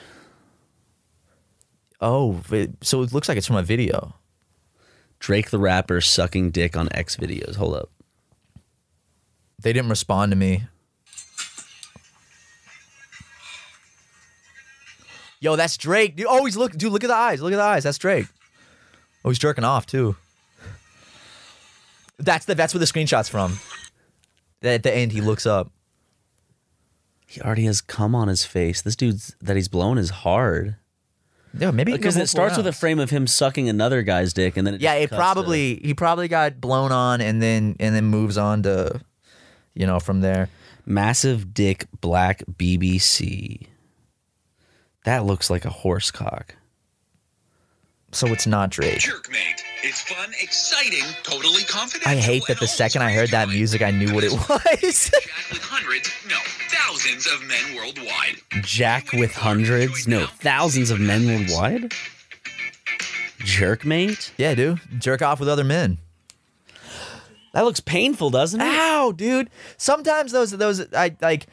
[SPEAKER 1] Oh, vi- so it looks like it's from a video.
[SPEAKER 2] Drake the rapper sucking dick on X videos. Hold up.
[SPEAKER 1] They didn't respond to me. Yo, that's Drake. Dude, always look, dude. Look at the eyes. Look at the eyes. That's Drake. Oh, he's jerking off too. That's the that's where the screenshot's from. At the end, he looks up.
[SPEAKER 2] He already has cum on his face. This dude's that he's blown is hard.
[SPEAKER 1] Yeah, maybe he can
[SPEAKER 2] Because
[SPEAKER 1] go
[SPEAKER 2] it starts with a frame of him sucking another guy's dick, and then it
[SPEAKER 1] yeah
[SPEAKER 2] just
[SPEAKER 1] it
[SPEAKER 2] cuts to-
[SPEAKER 1] probably he probably got blown on and then and then moves on to you know from there
[SPEAKER 2] Massive Dick Black BBC. That looks like a horse cock.
[SPEAKER 1] so it's not drake
[SPEAKER 8] Jerkmate. It's fun, exciting, totally confident.
[SPEAKER 1] i hate that the second i heard that music i knew what it was
[SPEAKER 8] with hundreds, no, thousands of men worldwide.
[SPEAKER 2] Jack with hundreds, no, thousands of men worldwide? Jerkmate?
[SPEAKER 1] yeah dude jerk off with other men
[SPEAKER 2] That looks painful, doesn't it?
[SPEAKER 1] ow dude sometimes those those i like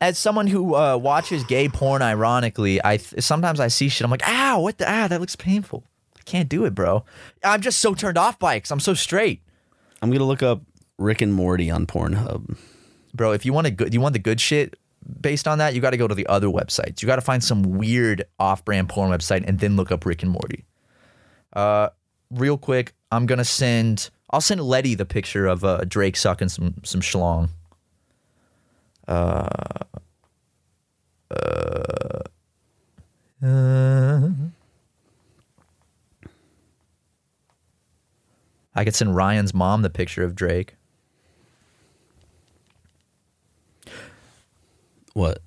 [SPEAKER 1] as someone who uh, watches gay porn ironically i th- sometimes i see shit i'm like ow what the ah that looks painful i can't do it bro i'm just so turned off by it because i'm so straight
[SPEAKER 2] I'm going to look up Rick and Morty on Pornhub.
[SPEAKER 1] bro. If you want to, good, you want the good shit. Based on that, you got to go to the other websites. You got to find some weird off-brand porn website and then look up Rick and Morty. Uh, real quick, I'm gonna send. I'll send Letty the picture of uh, Drake sucking some some schlong. Uh, uh, I could send Ryan's mom the picture of Drake.
[SPEAKER 2] What?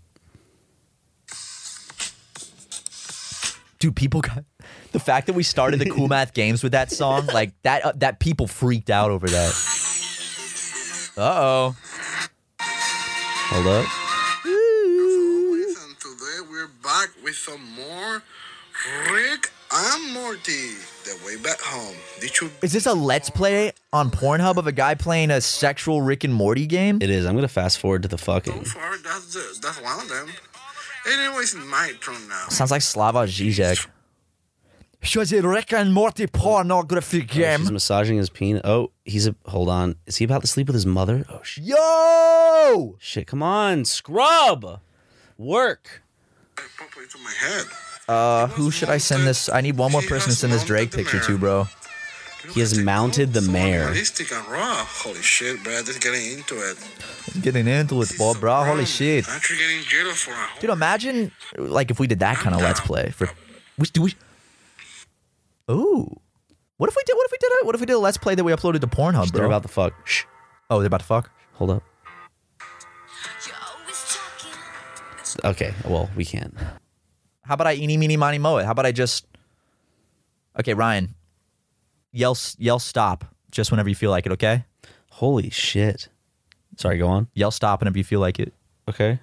[SPEAKER 1] dude people got the fact that we started the cool math games with that song like that uh, that people freaked out over that uh-oh
[SPEAKER 2] Hold up.
[SPEAKER 3] And today we're back with some more Rick and Morty, the way back home. Did you
[SPEAKER 1] is this a let's play on pornhub of a guy playing a sexual rick and morty game
[SPEAKER 2] It is. I'm going to fast forward to the fucking.
[SPEAKER 3] far? That's the, that's one of them. Anyways, my turn now.
[SPEAKER 1] sounds like slava zizek Shows a Rick and Morty pornography
[SPEAKER 2] She's massaging his penis. Oh, he's a. Hold on. Is he about to sleep with his mother? Oh, shit.
[SPEAKER 1] Yo!
[SPEAKER 2] Shit, come on. Scrub. Work.
[SPEAKER 1] Uh, who should I send this? I need one more person to send this Drake picture to, bro.
[SPEAKER 2] He has mounted the mayor.
[SPEAKER 3] Realistic and raw. Holy shit, bro. Just getting into it.
[SPEAKER 1] Getting into it, Bob, bro. Holy shit.
[SPEAKER 3] Actually getting in jail for a
[SPEAKER 1] Dude, imagine like if we did that kind of let's play for we do we Ooh. What if we did what if we did a what if we did a let's play that we uploaded to Pornhub, bro?
[SPEAKER 2] They're about to fuck. Shh.
[SPEAKER 1] Oh, they're about to fuck?
[SPEAKER 2] Hold up. Okay, well, we can't.
[SPEAKER 1] How about I eeny meeny miny moe it? How about I just Okay, Ryan. Yell s- yell stop just whenever you feel like it, okay?
[SPEAKER 2] Holy shit. Sorry, go on.
[SPEAKER 1] Yell stop whenever you feel like it.
[SPEAKER 2] Okay.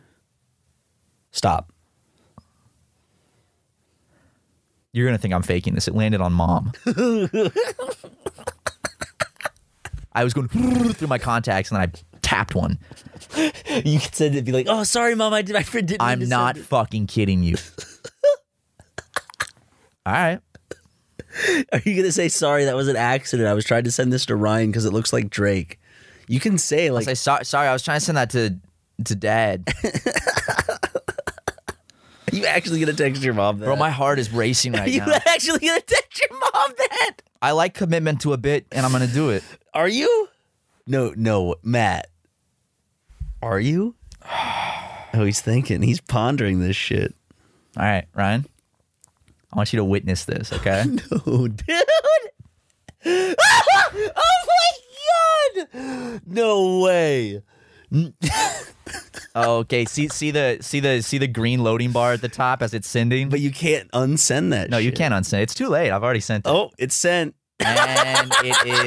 [SPEAKER 2] Stop.
[SPEAKER 1] You're gonna think I'm faking this. It landed on mom. I was going through my contacts and then I tapped one.
[SPEAKER 2] You could send it be like, oh, sorry, mom, I did. I didn't. mean to
[SPEAKER 1] I'm
[SPEAKER 2] send
[SPEAKER 1] not
[SPEAKER 2] it."
[SPEAKER 1] fucking kidding you. All right.
[SPEAKER 2] Are you gonna say sorry? That was an accident. I was trying to send this to Ryan because it looks like Drake. You can say like,
[SPEAKER 1] I sorry, sorry, I was trying to send that to to dad.
[SPEAKER 2] are you actually gonna text your mom? That?
[SPEAKER 1] Bro, my heart is racing
[SPEAKER 2] are
[SPEAKER 1] right
[SPEAKER 2] you
[SPEAKER 1] now.
[SPEAKER 2] actually gonna text your mom that?
[SPEAKER 1] I like commitment to a bit and I'm gonna do it.
[SPEAKER 2] Are you? No, no, Matt. Are you? Oh, he's thinking. He's pondering this shit.
[SPEAKER 1] All right, Ryan. I want you to witness this, okay?
[SPEAKER 2] No, dude. oh my god! No way.
[SPEAKER 1] oh, okay. See see the see the see the green loading bar at the top as it's sending.
[SPEAKER 2] But you can't unsend that.
[SPEAKER 1] No, you
[SPEAKER 2] shit.
[SPEAKER 1] can't unsend. it. It's too late. I've already sent it.
[SPEAKER 2] Oh, it's sent.
[SPEAKER 1] And it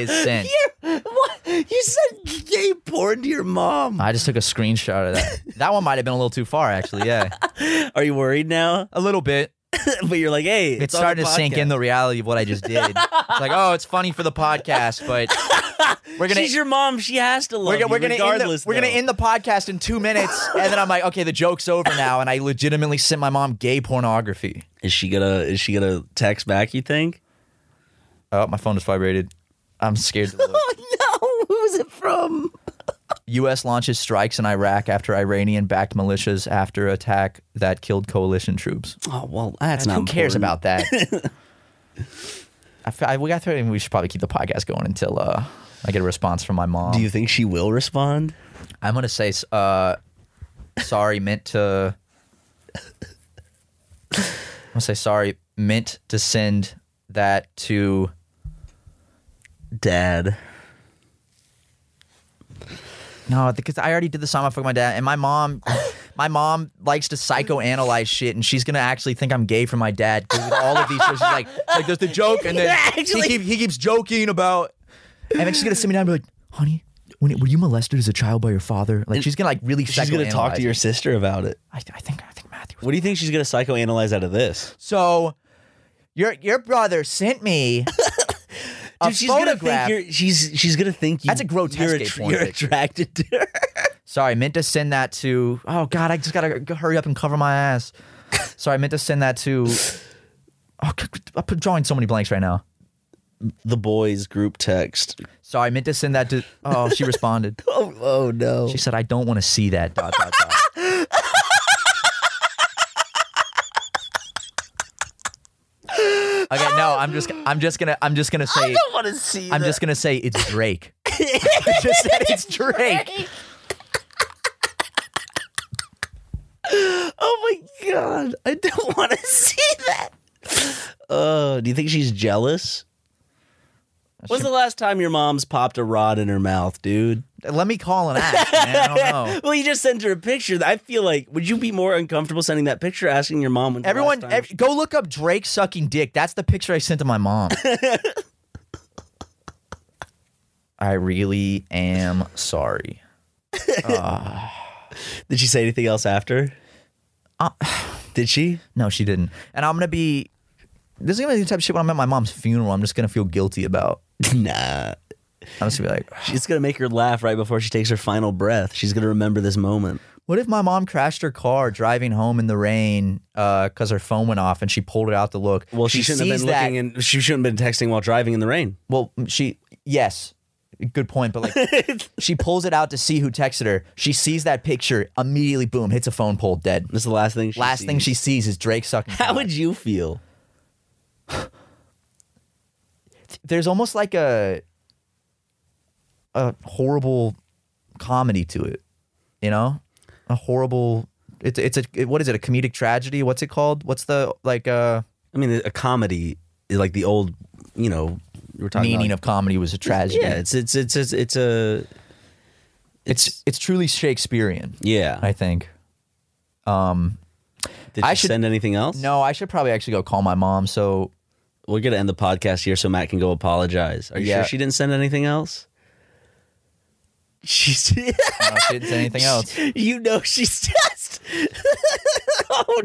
[SPEAKER 1] is sent.
[SPEAKER 2] You're- what? You sent gay porn to your mom.
[SPEAKER 1] I just took a screenshot of that. That one might have been a little too far, actually. Yeah,
[SPEAKER 2] Are you worried now?
[SPEAKER 1] a little bit.
[SPEAKER 2] but you're like, hey,
[SPEAKER 1] It's,
[SPEAKER 2] it's, on the
[SPEAKER 1] starting to sink in
[SPEAKER 2] podcast.
[SPEAKER 1] the reality of what I just did. it's like, oh, it's funny for the podcast, but we're gonna
[SPEAKER 2] She's your mom. She has to love
[SPEAKER 1] we're, gonna-
[SPEAKER 2] you,
[SPEAKER 1] we're gonna end the,
[SPEAKER 2] regardless.
[SPEAKER 1] we're gonna
[SPEAKER 2] though.
[SPEAKER 1] end the podcast in two minutes, and then I'm like, okay, the joke's over now, and I legitimately sent my mom gay pornography.
[SPEAKER 2] Is she gonna? Is she gonna text back? You think?
[SPEAKER 1] Oh, my phone just vibrated. I'm scared. To look.
[SPEAKER 2] Oh no! Who's it from?
[SPEAKER 1] U.S. launches strikes in Iraq after Iranian-backed militias after attack that killed coalition troops.
[SPEAKER 2] Oh well, that's not.
[SPEAKER 1] who cares
[SPEAKER 2] important.
[SPEAKER 1] about that. I fe- I, we got through, and we should probably keep the podcast going until uh, I get a response from my mom.
[SPEAKER 2] Do you think she will respond?
[SPEAKER 1] I'm gonna say, s- uh, sorry, meant to. I'm gonna say sorry, meant to send that to.
[SPEAKER 2] Dad.
[SPEAKER 1] No, because I already did the song I fuck my dad, and my mom, my mom likes to psychoanalyze shit, and she's gonna actually think I'm gay for my dad because all of these shows, she's like, like there's the joke, and then
[SPEAKER 2] Actually-
[SPEAKER 1] he, keep, he keeps joking about, and then she's gonna sit me down and be like, honey, when, were you molested as a child by your father? Like she's gonna like really
[SPEAKER 2] She's gonna talk
[SPEAKER 1] psychoanalyze
[SPEAKER 2] to your
[SPEAKER 1] it.
[SPEAKER 2] sister about it.
[SPEAKER 1] I, I think I think Matthew.
[SPEAKER 2] What do you think she's gonna psychoanalyze out of this?
[SPEAKER 1] So, your your brother sent me a
[SPEAKER 2] Dude, she's
[SPEAKER 1] photograph.
[SPEAKER 2] gonna think you're, she's she's gonna think you.
[SPEAKER 1] That's a grotesque
[SPEAKER 2] You're,
[SPEAKER 1] gay
[SPEAKER 2] attr-
[SPEAKER 1] porn
[SPEAKER 2] you're
[SPEAKER 1] picture.
[SPEAKER 2] attracted to her.
[SPEAKER 1] Sorry, I meant to send that to. Oh God, I just gotta g- hurry up and cover my ass. Sorry, I meant to send that to. Oh, c- I'm drawing so many blanks right now.
[SPEAKER 2] The boys group text.
[SPEAKER 1] Sorry, I meant to send that to. Oh, she responded.
[SPEAKER 2] Oh, oh no.
[SPEAKER 1] She said, "I don't want to see that." Dot dot dot. Okay, no, I'm just, I'm just gonna, I'm just gonna say,
[SPEAKER 2] want to see.
[SPEAKER 1] I'm just gonna say it's Drake. I just said it's Drake.
[SPEAKER 2] Oh my god, I don't want to see that. Uh, do you think she's jealous? When's the last time your mom's popped a rod in her mouth, dude?
[SPEAKER 1] Let me call and ask. Man. I don't know.
[SPEAKER 2] Well, you just sent her a picture. I feel like would you be more uncomfortable sending that picture, asking your mom? When
[SPEAKER 1] Everyone, ev- go look up Drake sucking dick. That's the picture I sent to my mom. I really am sorry.
[SPEAKER 2] did she say anything else after? did she?
[SPEAKER 1] No, she didn't. And I'm gonna be. This is gonna be the type of shit when I'm at my mom's funeral. I'm just gonna feel guilty about.
[SPEAKER 2] nah.
[SPEAKER 1] I'm just gonna be like,
[SPEAKER 2] She's gonna make her laugh right before she takes her final breath. She's gonna remember this moment.
[SPEAKER 1] what if my mom crashed her car driving home in the rain because her phone went off and she pulled it out to look?
[SPEAKER 2] Well, she, shouldn't have
[SPEAKER 1] sees
[SPEAKER 2] been
[SPEAKER 1] that-
[SPEAKER 2] looking and she shouldn't have been texting while driving in the rain.
[SPEAKER 1] Well, she yes, good point, but like she pulls it out to see who texted her. She sees that picture, immediately boom, hits a phone pole, dead. This
[SPEAKER 2] is the last thing she
[SPEAKER 1] last thing
[SPEAKER 2] sees.
[SPEAKER 1] she sees is Drake sucking.
[SPEAKER 2] How would you feel?
[SPEAKER 1] There's almost like a a horrible comedy to it, you know? A horrible it's it's a it- what is it? A comedic tragedy? What's it called? What's the like uh
[SPEAKER 2] I mean a comedy is like the old, you know, we're talking
[SPEAKER 1] meaning
[SPEAKER 2] about-
[SPEAKER 1] of comedy was a tragedy.
[SPEAKER 2] Yeah, it's it's it's it's, it's a
[SPEAKER 1] it's, it's truly Shakespearean.
[SPEAKER 2] Yeah,
[SPEAKER 1] I think. Um,
[SPEAKER 2] did you
[SPEAKER 1] I should-
[SPEAKER 2] send anything else?
[SPEAKER 1] No, I should probably actually go call my mom. So
[SPEAKER 2] we're gonna end the podcast here, so Matt can go apologize. Are you
[SPEAKER 1] Yeah.
[SPEAKER 2] sure she didn't send anything else? She
[SPEAKER 1] no, she didn't say anything else.
[SPEAKER 2] You know she's just. oh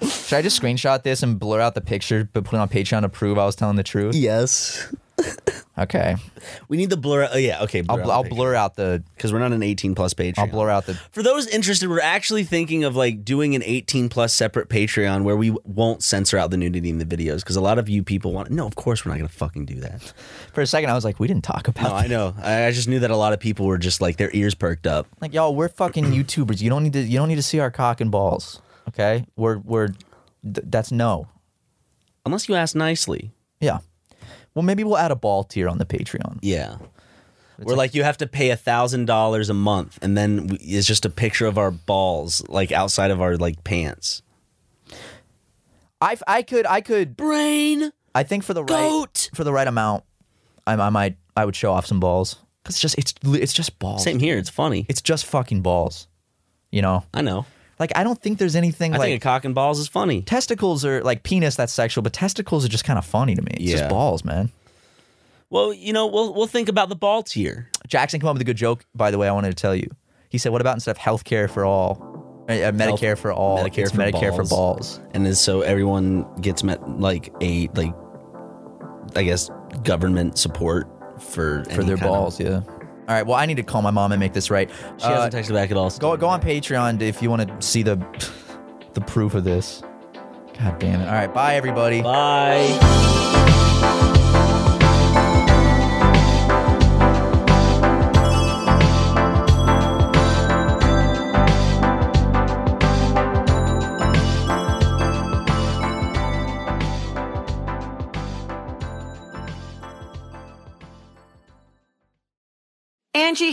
[SPEAKER 2] no.
[SPEAKER 1] Should I just screenshot this and blur out the picture, but put it on Patreon to prove I was telling the truth?
[SPEAKER 2] Yes.
[SPEAKER 1] okay.
[SPEAKER 2] We need the blur. Oh yeah, okay.
[SPEAKER 1] I'll bl- I'll blur out the
[SPEAKER 2] because we're not an 18 plus Patreon. I'll blur
[SPEAKER 1] out the.
[SPEAKER 2] For those interested, we're actually thinking of like doing an 18 plus separate Patreon where we won't censor out the nudity in the videos because a lot of you people want. No, of course we're not going to fucking do that.
[SPEAKER 1] For a second, I was like, we didn't talk about.
[SPEAKER 2] No, I know. I, I just knew that a lot of people were just like their ears perked up.
[SPEAKER 1] Like y'all, we're fucking YouTubers. You don't need to. You don't need to see our cock and balls. Okay, we're we're. Th- that's no.
[SPEAKER 2] Unless you ask nicely.
[SPEAKER 1] Yeah. Well, maybe we'll add a ball tier on the Patreon.
[SPEAKER 2] Yeah. We're like, you have to pay a thousand dollars a month, and then we, it's just a picture of our balls, like outside of our like pants.
[SPEAKER 1] I I could I could
[SPEAKER 2] brain.
[SPEAKER 1] I think for the right for the right amount, I, I might I would show off some balls. Cause it's just it's li- it's just balls.
[SPEAKER 2] Same here. It's funny.
[SPEAKER 1] It's just fucking balls. You know.
[SPEAKER 2] I know.
[SPEAKER 1] Like I don't think there's anything
[SPEAKER 2] I
[SPEAKER 1] like
[SPEAKER 2] think a cock and balls is funny.
[SPEAKER 1] testicles are like penis that's sexual, but testicles are just kind of funny to me. It's
[SPEAKER 2] Yeah.
[SPEAKER 1] just balls, man.
[SPEAKER 2] Well, you know, we'll we'll think about the ball tier.
[SPEAKER 1] Jackson came up with a good joke, by the way. I wanted to tell you. He said, "What about instead of healthcare for all, uh, uh, Medicare for all,
[SPEAKER 2] Medicare,
[SPEAKER 1] it's
[SPEAKER 2] for,
[SPEAKER 1] Medicare
[SPEAKER 2] balls.
[SPEAKER 1] for balls?"
[SPEAKER 2] and then so everyone gets met like a like, I guess government support for
[SPEAKER 1] For their balls, yeah. All right. Well, I need to call my mom and make this right. Uh,
[SPEAKER 2] She hasn't texted back at all.
[SPEAKER 1] Go go on Patreon if you want to see the the proof of this. God damn it! All right. Bye, everybody.
[SPEAKER 2] Bye.
[SPEAKER 4] Angie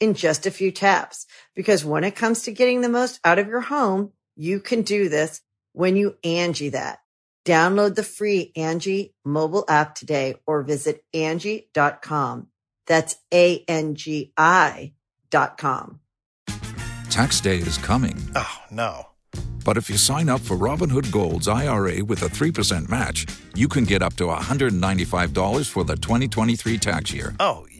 [SPEAKER 4] in just a few taps. Because when it comes to getting the most out of your home, you can do this when you Angie that. Download the free Angie mobile app today or visit Angie.com. That's A-N-G-I dot com.
[SPEAKER 9] Tax day is coming. Oh, no. But if you sign up for Robinhood Gold's IRA with a 3% match, you can get up to $195 for the 2023 tax year.
[SPEAKER 8] Oh,